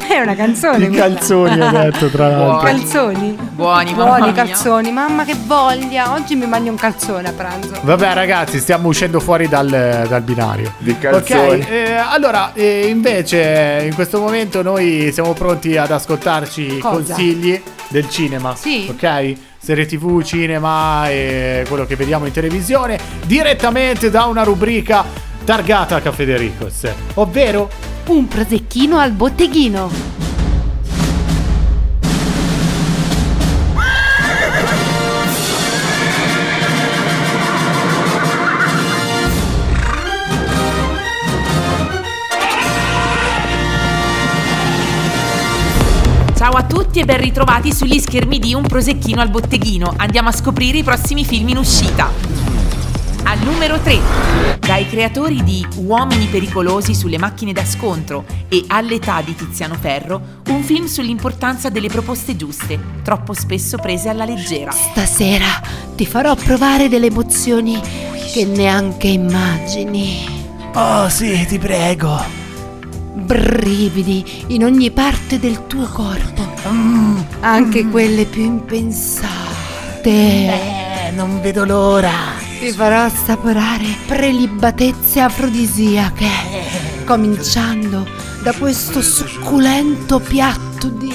F: È una canzone.
C: Di calzoni ho detto tra l'altro.
F: Calzoni.
A: Buoni, mamma
F: Buoni
A: mia.
F: calzoni. Mamma che voglia. Oggi mi mangio un calzone a pranzo.
C: Vabbè ragazzi, stiamo uscendo fuori dal, dal binario.
D: Di calzoni.
C: Ok, eh, allora, eh, invece, in questo momento noi siamo pronti ad ascoltarci i
F: Cosa?
C: consigli del cinema.
F: Sì.
C: Ok? Serie TV, cinema e quello che vediamo in televisione, direttamente da una rubrica targata a Federicos, ovvero
F: Un prosecchino al botteghino.
A: Ciao a tutti e ben ritrovati sugli schermi di Un prosecchino al botteghino. Andiamo a scoprire i prossimi film in uscita. Al numero 3, dai creatori di Uomini pericolosi sulle macchine da scontro e All'età di Tiziano Ferro, un film sull'importanza delle proposte giuste, troppo spesso prese alla leggera.
H: Stasera ti farò provare delle emozioni che neanche immagini.
C: Oh sì, ti prego.
H: brividi in ogni parte del tuo corpo,
C: Mm.
H: anche quelle più impensate.
C: non vedo l'ora.
H: Ti farò assaporare prelibatezze afrodisiache,
C: Eh.
H: cominciando da questo succulento piatto di...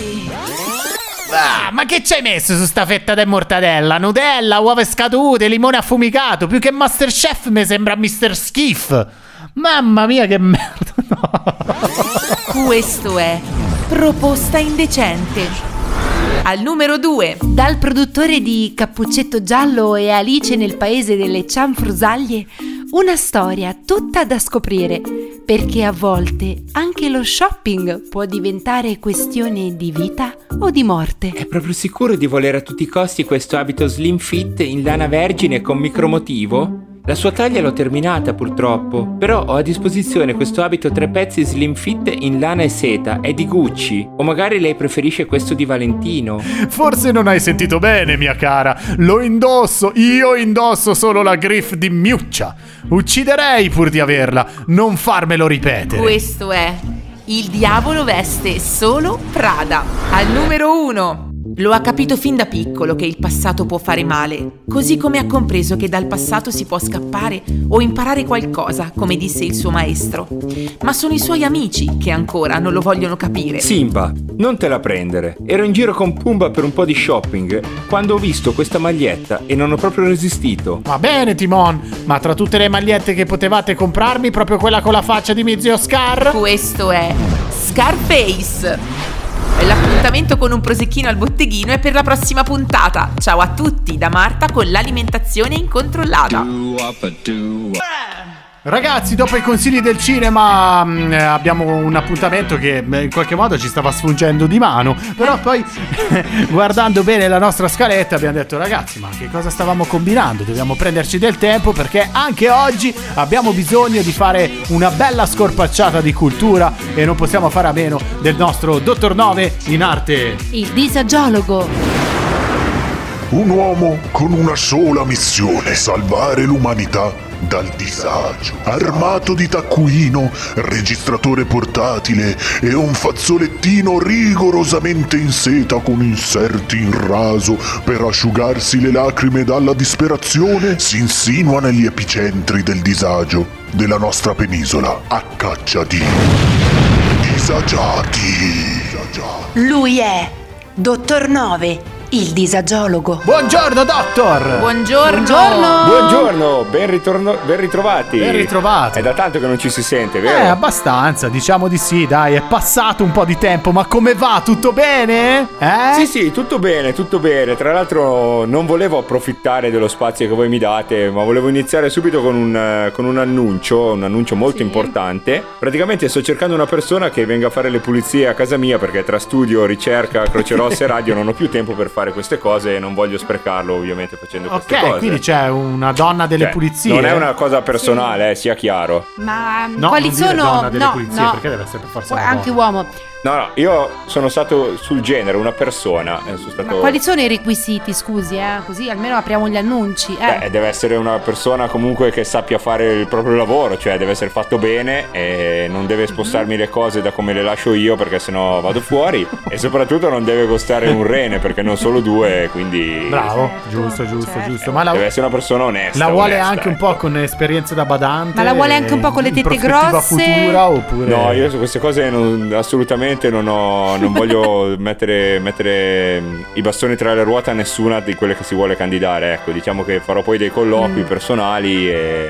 C: Ah, ma che ci hai messo su sta fetta di mortadella? Nutella, uova scadute, limone affumicato. Più che Masterchef mi sembra Mr. Schif. Mamma mia, che merda.
A: Questo è Proposta indecente. Al numero 2.
H: Dal produttore di Cappuccetto Giallo e Alice nel paese delle cianfrusaglie, una storia tutta da scoprire, perché a volte anche lo shopping può diventare questione di vita o di morte.
I: È proprio sicuro di volere a tutti i costi questo abito slim fit in lana vergine con micromotivo? La sua taglia l'ho terminata purtroppo, però ho a disposizione questo abito tre pezzi slim fit in lana e seta, è di Gucci, o magari lei preferisce questo di Valentino.
C: Forse non hai sentito bene, mia cara. Lo indosso, io indosso solo la griff di Miuccia. Ucciderei pur di averla, non farmelo ripetere.
A: Questo è Il diavolo veste solo Prada. Al numero 1. Lo ha capito fin da piccolo che il passato può fare male, così come ha compreso che dal passato si può scappare o imparare qualcosa, come disse il suo maestro. Ma sono i suoi amici che ancora non lo vogliono capire.
D: Eh. Simba, non te la prendere. Ero in giro con Pumba per un po' di shopping quando ho visto questa maglietta e non ho proprio resistito.
C: Va bene, Timon, ma tra tutte le magliette che potevate comprarmi, proprio quella con la faccia di mio zio Scar.
A: Questo è Scarface. L'appuntamento con un prosecchino al botteghino è per la prossima puntata. Ciao a tutti da Marta con l'alimentazione incontrollata.
C: Ragazzi, dopo i consigli del cinema mh, eh, abbiamo un appuntamento che mh, in qualche modo ci stava sfuggendo di mano, però poi guardando bene la nostra scaletta abbiamo detto ragazzi, ma che cosa stavamo combinando? Dobbiamo prenderci del tempo perché anche oggi abbiamo bisogno di fare una bella scorpacciata di cultura e non possiamo fare a meno del nostro Dottor 9 in arte.
H: Il disagiologo.
J: Un uomo con una sola missione, salvare l'umanità dal disagio. Armato di taccuino, registratore portatile e un fazzolettino rigorosamente in seta con inserti in raso per asciugarsi le lacrime dalla disperazione, si insinua negli epicentri del disagio della nostra penisola a caccia di disagiati.
K: Lui è Dottor 9, il disagiologo.
C: Buongiorno, Dottor!
A: Buongiorno.
D: Buongiorno, ben, ritorno- ben ritrovati.
C: Ben ritrovati.
D: È da tanto che non ci si sente,
C: Eh,
D: vero?
C: abbastanza, diciamo di sì, dai, è passato un po' di tempo, ma come va? Tutto bene? Eh?
D: Sì, sì, tutto bene, tutto bene. Tra l'altro non volevo approfittare dello spazio che voi mi date, ma volevo iniziare subito con un, eh, con un annuncio, un annuncio molto importante. Praticamente sto cercando una persona che venga a fare le pulizie a casa mia perché tra studio, ricerca, croce rossa e radio non ho più tempo per fare queste cose e non voglio sprecarlo ovviamente facendo queste
C: ok,
D: cose.
C: quindi c'è una donna delle
D: Cioè,
C: pulizie.
D: Non è una cosa personale, eh, sia chiaro.
B: Oh, Ma
C: No,
B: quali
C: non dire
B: sono...
C: donna delle
B: no,
C: pulizie,
B: no.
C: perché deve essere per forza
B: Può-
C: una
B: anche
C: donna?
B: uomo.
D: No, no, io sono stato sul genere, una persona. eh, sono
B: Ma
D: stato...
B: quali sono i requisiti, scusi, eh? Così almeno apriamo gli annunci, eh.
D: Beh, deve essere una persona comunque che sappia fare il proprio lavoro, cioè deve essere fatto bene e non
B: Mhm.
D: deve spostarmi le cose da come le lascio io perché sennò vado fuori e soprattutto non deve costare un rene perché ne ho solo due, quindi
C: Bravo,
B: Certo,
C: giusto, giusto, giusto. Ma la,
D: deve essere una persona onesta.
C: la vuole
D: onesta,
C: anche un
D: ecco.
C: po' con esperienze da badante.
B: Ma la vuole anche un po' con le
C: in
B: tette
C: prospettiva
B: grosse?
C: futura oppure...
D: No, io su queste cose non- assolutamente non, ho, non voglio mettere, mettere mm, i bastoni tra le ruote a nessuna di quelle che si vuole candidare. Ecco, diciamo che farò poi dei colloqui personali e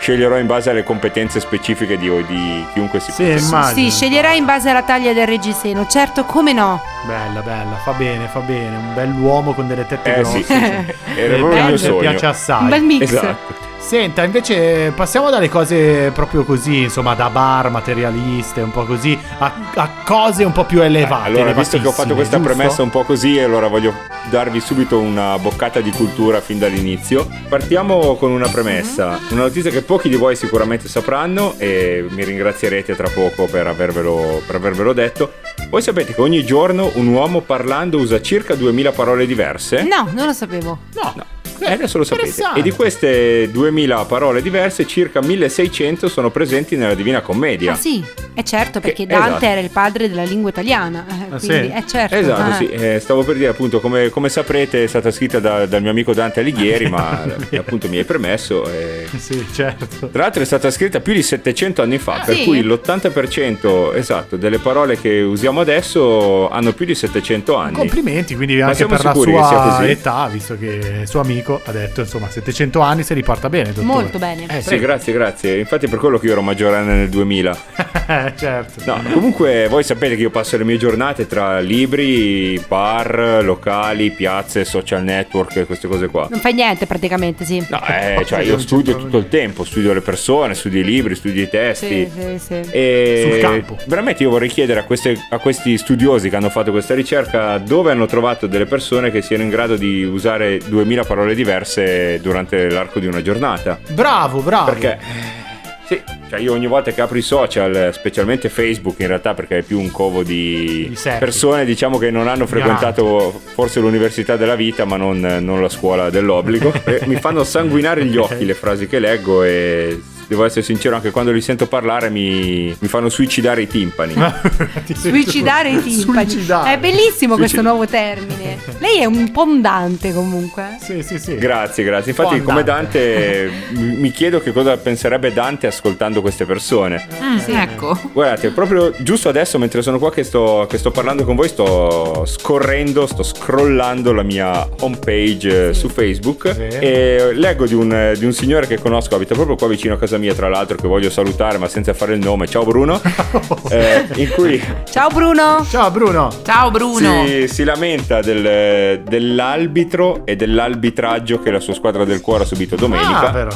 D: sceglierò in base alle competenze specifiche di, di chiunque si
C: Sì,
D: presenti.
B: Sì,
C: immagino.
B: sceglierai in base alla taglia del reggiseno, certo, come no?
C: Bella, bella, fa bene, fa bene. Un bell'uomo con delle tette
D: Eh
C: grosse.
D: sì, sì, sì. era
C: Eh,
D: proprio il mio
C: piace,
D: sogno.
C: piace assai.
B: Un bel mix.
D: Esatto.
C: Senta, invece passiamo dalle cose proprio così, insomma, da bar, materialiste, un po' così, a, a cose un po' più elevate.
D: Eh, Allora, visto che ho
C: elevatissime,
D: fatto questa
C: giusto?
D: premessa un po' così, allora voglio darvi subito una boccata di cultura fin dall'inizio. Partiamo con una premessa, una notizia che pochi di voi sicuramente sapranno e mi ringrazierete tra poco per avervelo, per avervelo detto. Voi sapete che ogni giorno un uomo parlando usa circa 2000 parole diverse?
B: No, non lo sapevo.
C: No,
D: E adesso lo sapete.
C: Interessante.
D: E di queste 2000 parole diverse, circa 1600 sono presenti nella Divina Commedia.
B: Ah sì, è certo perché
D: Che- esatto.
B: Dante era il padre della lingua italiana, eh,
D: Ah,
B: quindi
D: sì?
B: è certo.
D: Esatto,
B: eh.
D: sì. Eh, stavo per dire appunto, come, come saprete, è stata scritta da- dal mio amico Dante Alighieri, ma eh, appunto mi hai permesso. eh.
C: Sì, certo.
D: Tra l'altro è stata scritta più di 700 anni fa,
C: Ah,
D: per
C: sì?
D: cui l'80% esatto, delle parole che usiamo adesso hanno più di 700 anni.
C: Complimenti, quindi
D: Ma
C: anche
D: siamo
C: per la
D: sicuri che sia
C: sua
D: così?
C: età, visto che suo amico ha detto, insomma, 700 anni se li porta bene, dottore.
B: bene.
D: Eh sì, grazie, grazie. Infatti è per quello che io ero maggiorenne nel 2000.
C: Eh, certo.
D: No, comunque voi sapete che io passo le mie giornate tra libri, bar, locali, piazze, social network, queste cose qua.
B: Non fai niente praticamente, sì.
D: No, Eh, cioè io studio tutto il tempo, studio le persone, studio i libri, studio i testi.
B: Sì, sì, sì.
D: E
C: Sul campo.
D: Veramente io vorrei chiedere a, queste- a questi studiosi che hanno fatto questa ricerca dove hanno trovato delle persone che siano in grado di usare 2000 parole diverse durante l'arco di una giornata.
C: Bravo, bravo.
D: Perché sì, cioè io ogni volta che apro i social, specialmente Facebook in realtà perché è più un covo di
C: Di secchi.
D: persone diciamo che non hanno frequentato forse l'università della vita ma non, non la scuola dell'obbligo, E mi fanno sanguinare gli occhi le frasi che leggo e devo essere sincero anche quando li sento parlare mi, mi fanno suicidare i timpani.
C: Ah,
B: Suicidare i timpani.
C: Suicidare.
B: È bellissimo questo
D: Suicid-
B: nuovo termine. Lei è un po' un Dante comunque.
C: Sì, sì, sì.
D: Grazie, grazie. Infatti,
C: Buon
D: come Dante, mi mi chiedo che cosa penserebbe Dante ascoltando queste persone.
A: Mm, Ecco.
D: Guardate, proprio giusto adesso, mentre sono qua che sto, che sto parlando con voi, sto scorrendo, sto scrollando la mia homepage eh, su Facebook e leggo di un, eh, di un signore che conosco, abita proprio qua vicino a casa mia, tra l'altro, che voglio salutare, ma senza fare il nome. Ciao Bruno. Eh, in cui
B: Ciao Bruno.
C: Ciao Bruno.
A: Ciao Bruno.
D: si, si lamenta del- dell'arbitro e dell'arbitraggio che la sua squadra del cuore ha subito domenica.
C: Ah, vero.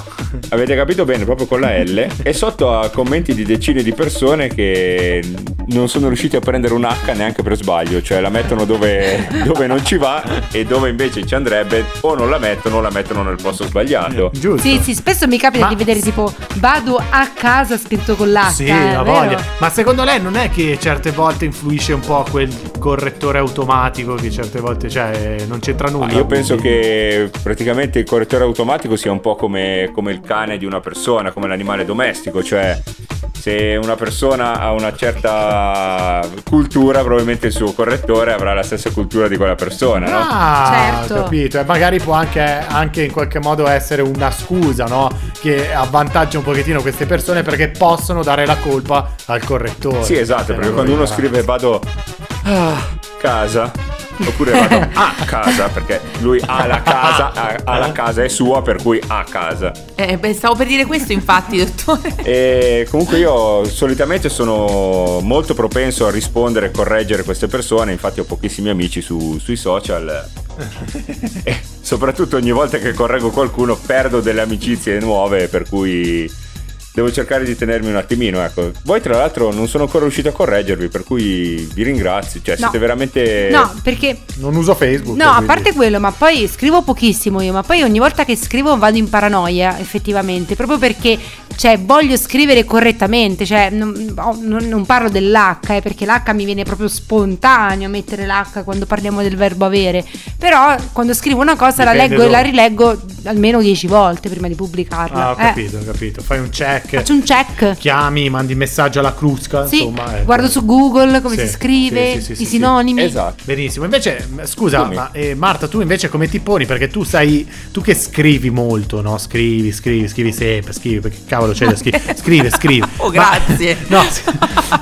D: Avete capito bene, proprio con la L. E sotto a commenti di decine di persone che non sono riusciti a prendere un H neanche per sbaglio, cioè la mettono dove, dove non ci va e dove invece ci andrebbe, o non la mettono, o la mettono nel posto sbagliato.
C: Giusto.
B: Sì, sì, spesso mi capita
C: Ma-
B: di vedere tipo vado a casa scritto con l'H.
C: Sì,
B: eh,
C: la
B: vero?
C: voglia. Ma secondo lei non è che certe volte influisce un po' quel correttore automatico che certe volte, cioè, non c'entra nulla?
D: Ma Ah, io penso
C: quindi-
D: che praticamente il correttore automatico sia un po' come, come il cane di una persona, come l'animale domestico, cioè se una persona ha una certa cultura, probabilmente il suo correttore avrà la stessa cultura di quella persona, no?
C: Ah,
B: Certo.
C: ho capito. E magari può anche, anche in qualche modo essere una scusa, no? Che avvantaggia un pochettino queste persone perché possono dare la colpa al correttore.
D: Sì, esatto,
C: Eh,
D: perché
C: allora
D: quando uno
C: ignoranza.
D: scrive vado a casa oppure vado a casa perché lui ha la casa, ha, ha la casa è sua, per cui a casa.
A: Eh, beh, stavo per dire questo, infatti, dottore.
D: E comunque io solitamente sono molto propenso a rispondere e correggere queste persone, infatti ho pochissimi amici su- sui social. E soprattutto ogni volta che correggo qualcuno perdo delle amicizie nuove, per cui devo cercare di tenermi un attimino. Ecco. Voi tra l'altro non sono ancora riuscito a correggervi, per cui vi ringrazio, cioè
B: No.
D: siete veramente...
B: No, perché
C: Non uso Facebook.
B: No, a
C: quindi.
B: parte quello, ma poi scrivo pochissimo io, ma poi ogni volta che scrivo vado in paranoia, effettivamente, proprio perché cioè, voglio scrivere correttamente, cioè, non, oh, non- non parlo dell'H, eh, perché l'H mi viene proprio spontaneo mettere l'H quando parliamo del verbo avere, però quando scrivo una cosa la
C: Dipende
B: leggo e la
C: dove.
B: rileggo almeno dieci volte prima di pubblicarla.
C: Ah, ho
B: eh.
C: capito, ho capito. Fai un check.
B: Faccio un check.
C: Chiami, mandi messaggio alla crusca.
B: Sì,
C: insomma, ecco.
B: guardo su Google come
C: Sì,
B: si scrive,
C: sì, sì, sì, sì,
B: i
C: sì.
B: sinonimi.
D: Esatto.
C: Benissimo, invece mh, scusa,
D: Dimmi.
C: ma, eh, Marta, tu invece come ti poni? Perché tu sai, tu che scrivi molto, no? Scrivi, scrivi, scrivi sempre, scrivi, perché cavolo c'è da scrivere, scrivi, scrivi.
A: Oh,
C: Ma-
A: grazie.
C: no, sì,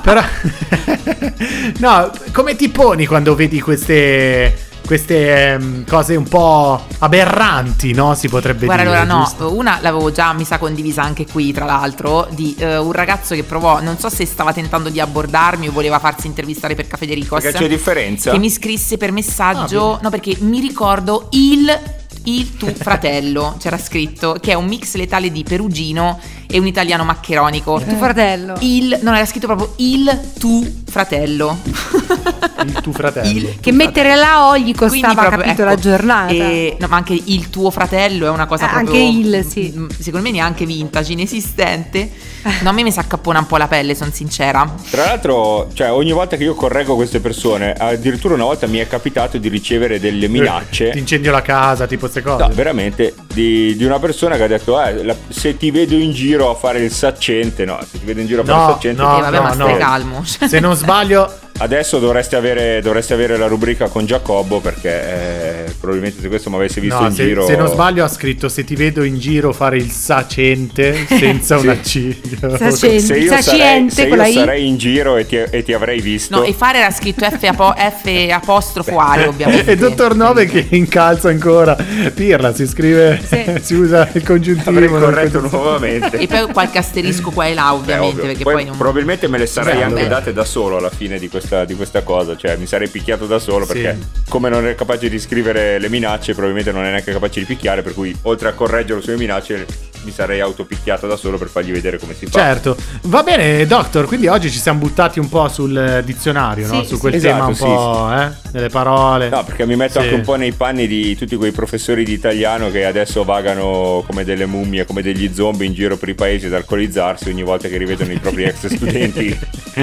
C: però... no, come ti poni quando vedi queste, queste ehm, cose un po' aberranti, no? Si potrebbe
A: Guarda,
C: dire.
A: allora no,
C: eh, giusto?
A: una l'avevo già mi sa condivisa anche qui, tra l'altro, di eh, un ragazzo che provò, non so se stava tentando di abbordarmi o voleva farsi intervistare per Caffè De Ricos.
D: Perché c'è differenza.
A: Che mi scrisse per
C: Ah,
A: messaggio,
C: bene.
A: no perché mi ricordo il il tuo fratello c'era scritto che è un mix letale di perugino e un italiano
B: Eh.
A: maccheronico.
B: Tuo fratello.
A: Il, non era scritto proprio il tu fratello.
C: Il tuo fratello.
B: Che mettere la O gli
A: Quindi
B: costava,
A: proprio,
B: capito,
A: ecco,
B: la giornata.
A: e- no, ma anche il tuo fratello è una cosa
B: Eh,
A: proprio
B: anche il, sì.
A: mm, Secondo me neanche vintage, inesistente. No, a me mi si accappona un po' la pelle, sono sincera.
D: Tra l'altro, cioè, ogni volta che io correggo queste persone, addirittura una volta mi è capitato di ricevere delle minacce.
C: Ti incendio la casa, tipo queste cose.
D: No, veramente di, di una persona che ha detto: "Eh, la- Se ti vedo in giro a fare il saccente, no, se ti vedo in giro a fare il
C: No,
D: saccente,
C: no,
A: Eh, vabbè,
C: no,
A: ma stai
C: no.
A: calmo.
C: Se non sbaglio,
D: adesso dovresti avere, dovresti avere la rubrica con Giacobbo. Perché eh, probabilmente se questo mi avesse visto
C: no,
D: in
C: se,
D: giro,
C: se non sbaglio ha scritto se ti vedo in giro fare il sacente senza
D: Sì.
C: una C.
B: Sacente.
D: se io, sarei,
B: Saciente,
D: se
B: con
D: io
B: la I.
D: sarei in giro e ti, e ti avrei visto,
A: No, e fare era scritto F, apo- F apostrofo are, ovviamente.
C: E dottor Nove che incalza ancora. Pirla si scrive,
B: Sì.
C: si usa il
D: avrei
C: congiuntivo. non il
D: corretto
C: condizio-
D: nuovamente.
A: E poi qualche asterisco qua e là,
D: Beh,
A: ovviamente,
D: ovvio.
A: perché
D: Poi
A: poi, non...
D: probabilmente me le sarei
C: Beh,
D: anche
C: vabbè.
D: date da solo alla fine di questa, di questa cosa, cioè mi sarei picchiato da solo
C: Sì.
D: perché come non è capace di scrivere le minacce probabilmente non è neanche capace di picchiare, per cui oltre a correggere le sue minacce mi sarei autopicchiato da solo per fargli vedere come si fa.
C: Certo, va bene, Doctor. Quindi oggi ci siamo buttati un po' sul eh, dizionario, no?
B: Sì,
C: su quel
D: sì.
C: tema
D: Esatto,
C: un po' eh, delle parole.
D: No, perché mi metto
C: Sì.
D: anche un po' nei panni di tutti quei professori di italiano che adesso vagano come delle mummie, come degli zombie in giro per i paesi ad alcolizzarsi ogni volta che rivedono i propri ex studenti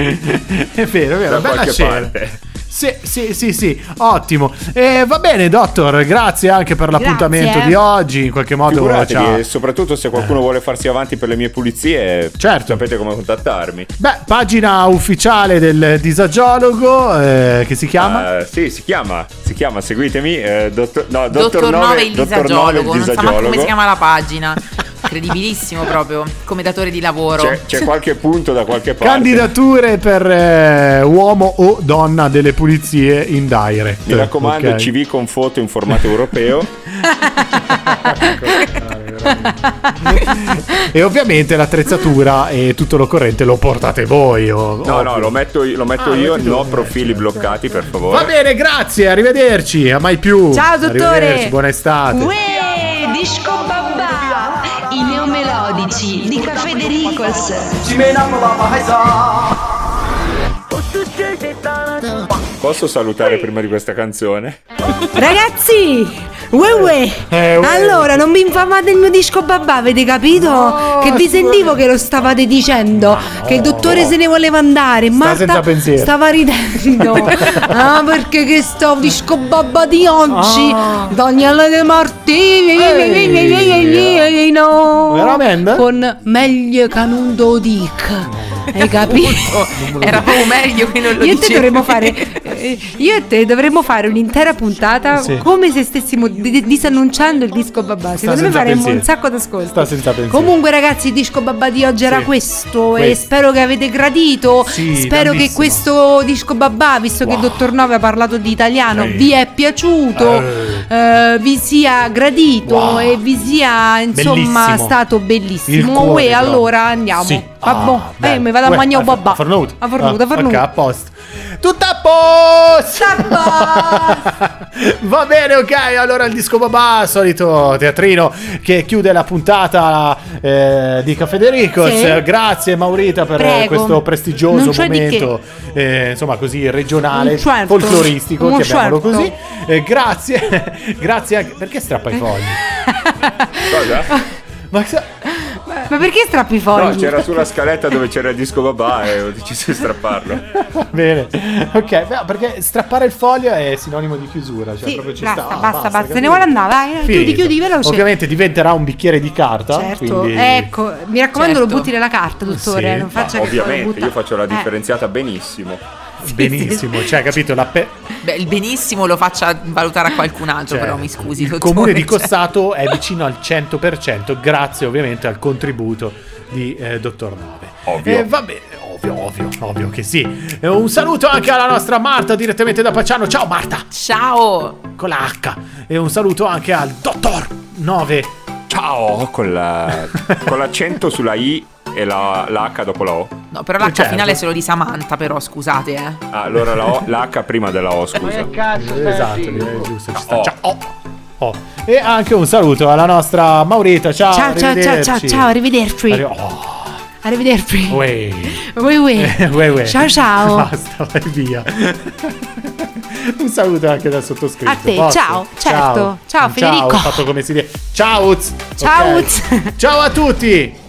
C: è vero, è vero,
D: da
C: bella
D: qualche
C: scena.
D: parte.
C: Sì, sì, sì, sì, ottimo. Eh, va bene, Doctor, grazie anche per l'appuntamento
B: eh.
C: di oggi. In qualche modo, ci
D: Figuratevi, eh,
C: ha-
D: e soprattutto se qualcuno vuole farsi avanti per le mie pulizie,
C: Certo.
D: sapete come contattarmi.
C: Beh, pagina ufficiale del disagiologo eh, che si chiama.
D: Eh, sì, si chiama, si chiama, seguitemi, eh, dottor, no,
A: Dottor Nove il
D: dottor Nove il
A: disagiologo, non sa manco come
D: disagiologo.
A: si chiama la pagina. Credibilissimo proprio, come datore di lavoro.
D: C'è, c'è qualche punto da qualche parte.
C: Candidature per eh, uomo o donna delle pulizie in direct.
D: Mi raccomando,
C: ok?
D: CV con foto in formato europeo.
C: E ovviamente l'attrezzatura e tutto l'occorrente lo portate voi. o-
D: No,
C: ovvio.
D: no, lo metto, io- lo metto
C: Ah,
D: io,
C: metti tu.
D: no
A: certo.
D: profili bloccati, per favore.
C: Va bene, grazie, arrivederci, a mai più.
B: Ciao, dottore.
C: Arrivederci, buona estate.
L: Uè, disco babà, i neomelodici di Caffè De Ricos.
D: Posso salutare prima di questa canzone?
B: Ragazzi, uè uè.
C: Eh, uè.
B: Allora, non vi infamate il mio disco babà, avete capito? che vi sentivo che lo stavate dicendo, che il dottore se ne voleva andare,
C: senza
B: Marta
C: pensiero.
B: stava ridendo. ah, perché che sto disco babà di oggi,
C: Ah.
B: Daniele De Martini, no.
C: Veramente?
B: Con meglio canundo dic. Hai capito?
A: Era proprio meglio che non lo
B: Io e, te
A: dicevi.
B: dovremmo fare, eh, io e te dovremmo fare un'intera puntata
C: Sì.
B: come se stessimo di- disannunciando il disco babà. Secondo me
C: senza
B: faremmo
C: pensieri.
B: un sacco d'ascolto.
C: Sta senza pensieri.
B: Comunque, ragazzi, il disco babà di oggi era
C: Sì.
B: questo. E
C: Questo.
B: spero che avete gradito.
C: Sì,
B: spero che
C: tantissimo.
B: questo disco babà, visto che il dottor Nove ha parlato di italiano,
C: Sì.
B: vi è piaciuto, eh, vi sia gradito
C: Wow.
B: e vi sia insomma
C: Bellissimo.
B: stato
C: Il
B: bellissimo.
C: cuore,
B: e
C: però.
B: allora andiamo.
C: Sì.
B: Vabbò,
C: Ah,
B: eh,
C: bello.
B: mi vado a
C: Uè,
B: mangiare
C: a-
B: un babà.
C: A Fornuto.
B: A Fornuto, a
C: Ah,
B: Fornuto.
C: ok, a posto. Tutto a posto. Va bene, ok. Allora il disco babà, solito teatrino che chiude la puntata eh, di Caffè De Ricos.
B: Sì.
C: Grazie Maurita per
B: Prego.
C: questo prestigioso
B: Non c'è di
C: momento, eh, insomma così regionale,
B: Un certo.
C: folcloristico,
B: Un
C: chiamiamolo
B: certo.
C: così. Eh, grazie, grazie. anche- Perché strappa i fogli?
B: Eh.
D: Cosa?
C: Ma sa-
B: Ma perché strappi i
A: Oh,
B: fogli?
D: No, c'era sulla scaletta dove c'era il disco babà e ho deciso di strapparlo.
C: Va bene, ok, beh, perché strappare il foglio è sinonimo di chiusura, cioè
B: Sì,
C: proprio ci
B: basta,
C: sta. ah,
B: basta, basta,
C: capito?
B: se ne vuole andare, vai,
C: Finito.
B: chiudi, chiudi, veloce.
C: Ovviamente diventerà un bicchiere di carta,
B: Certo,
C: quindi...
B: ecco, mi raccomando
A: Certo.
B: lo butti nella carta, dottore,
C: Sì.
B: non faccia che lo
D: Ovviamente,
B: butta.
D: io faccio la
B: Eh,
D: differenziata benissimo.
C: benissimo, cioè, capito, la pe-
A: Beh, il benissimo lo faccia valutare a qualcun altro,
C: cioè,
A: però mi scusi.
C: Il
A: dottore,
C: comune di
A: cioè.
C: Cossato è vicino al 100%, grazie ovviamente al contributo di eh, Dottor Nove.
D: Ovvio.
C: Eh, va bene, ovvio, ovvio, ovvio che sì. Eh, un saluto anche alla nostra Marta direttamente da Pacciano. Ciao Marta!
A: Ciao!
C: con la H. E un saluto anche al Dottor 9.
D: Ciao! Con la, con l'accento sulla I e la, la H dopo la O.
A: No, però l'H
C: Certo.
A: finale è solo di Samantha, però scusate, eh.
D: Ah, allora la, O- la H prima della O, scusa.
C: Esatto, direi giusto, ci sta.
D: Oh.
C: Ciao. Oh. Oh. E anche un saluto alla nostra Maurita. Ciao,
B: Ciao, ciao, ciao, ciao, ciao,
C: arrivederci.
B: arrivederci.
C: Arri- oh.
B: Arrivederci.
C: Uè.
B: Uè, uè.
C: Uè, uè.
B: Ciao, ciao.
C: Basta, vai via. Un saluto anche dal sottoscritto.
B: A te,
C: posso?
B: ciao, certo. Ciao,
C: Ciao,
B: Federico.
C: ho fatto come si dice. Ciao.
B: Ciao.
C: Ok. Ciao a tutti.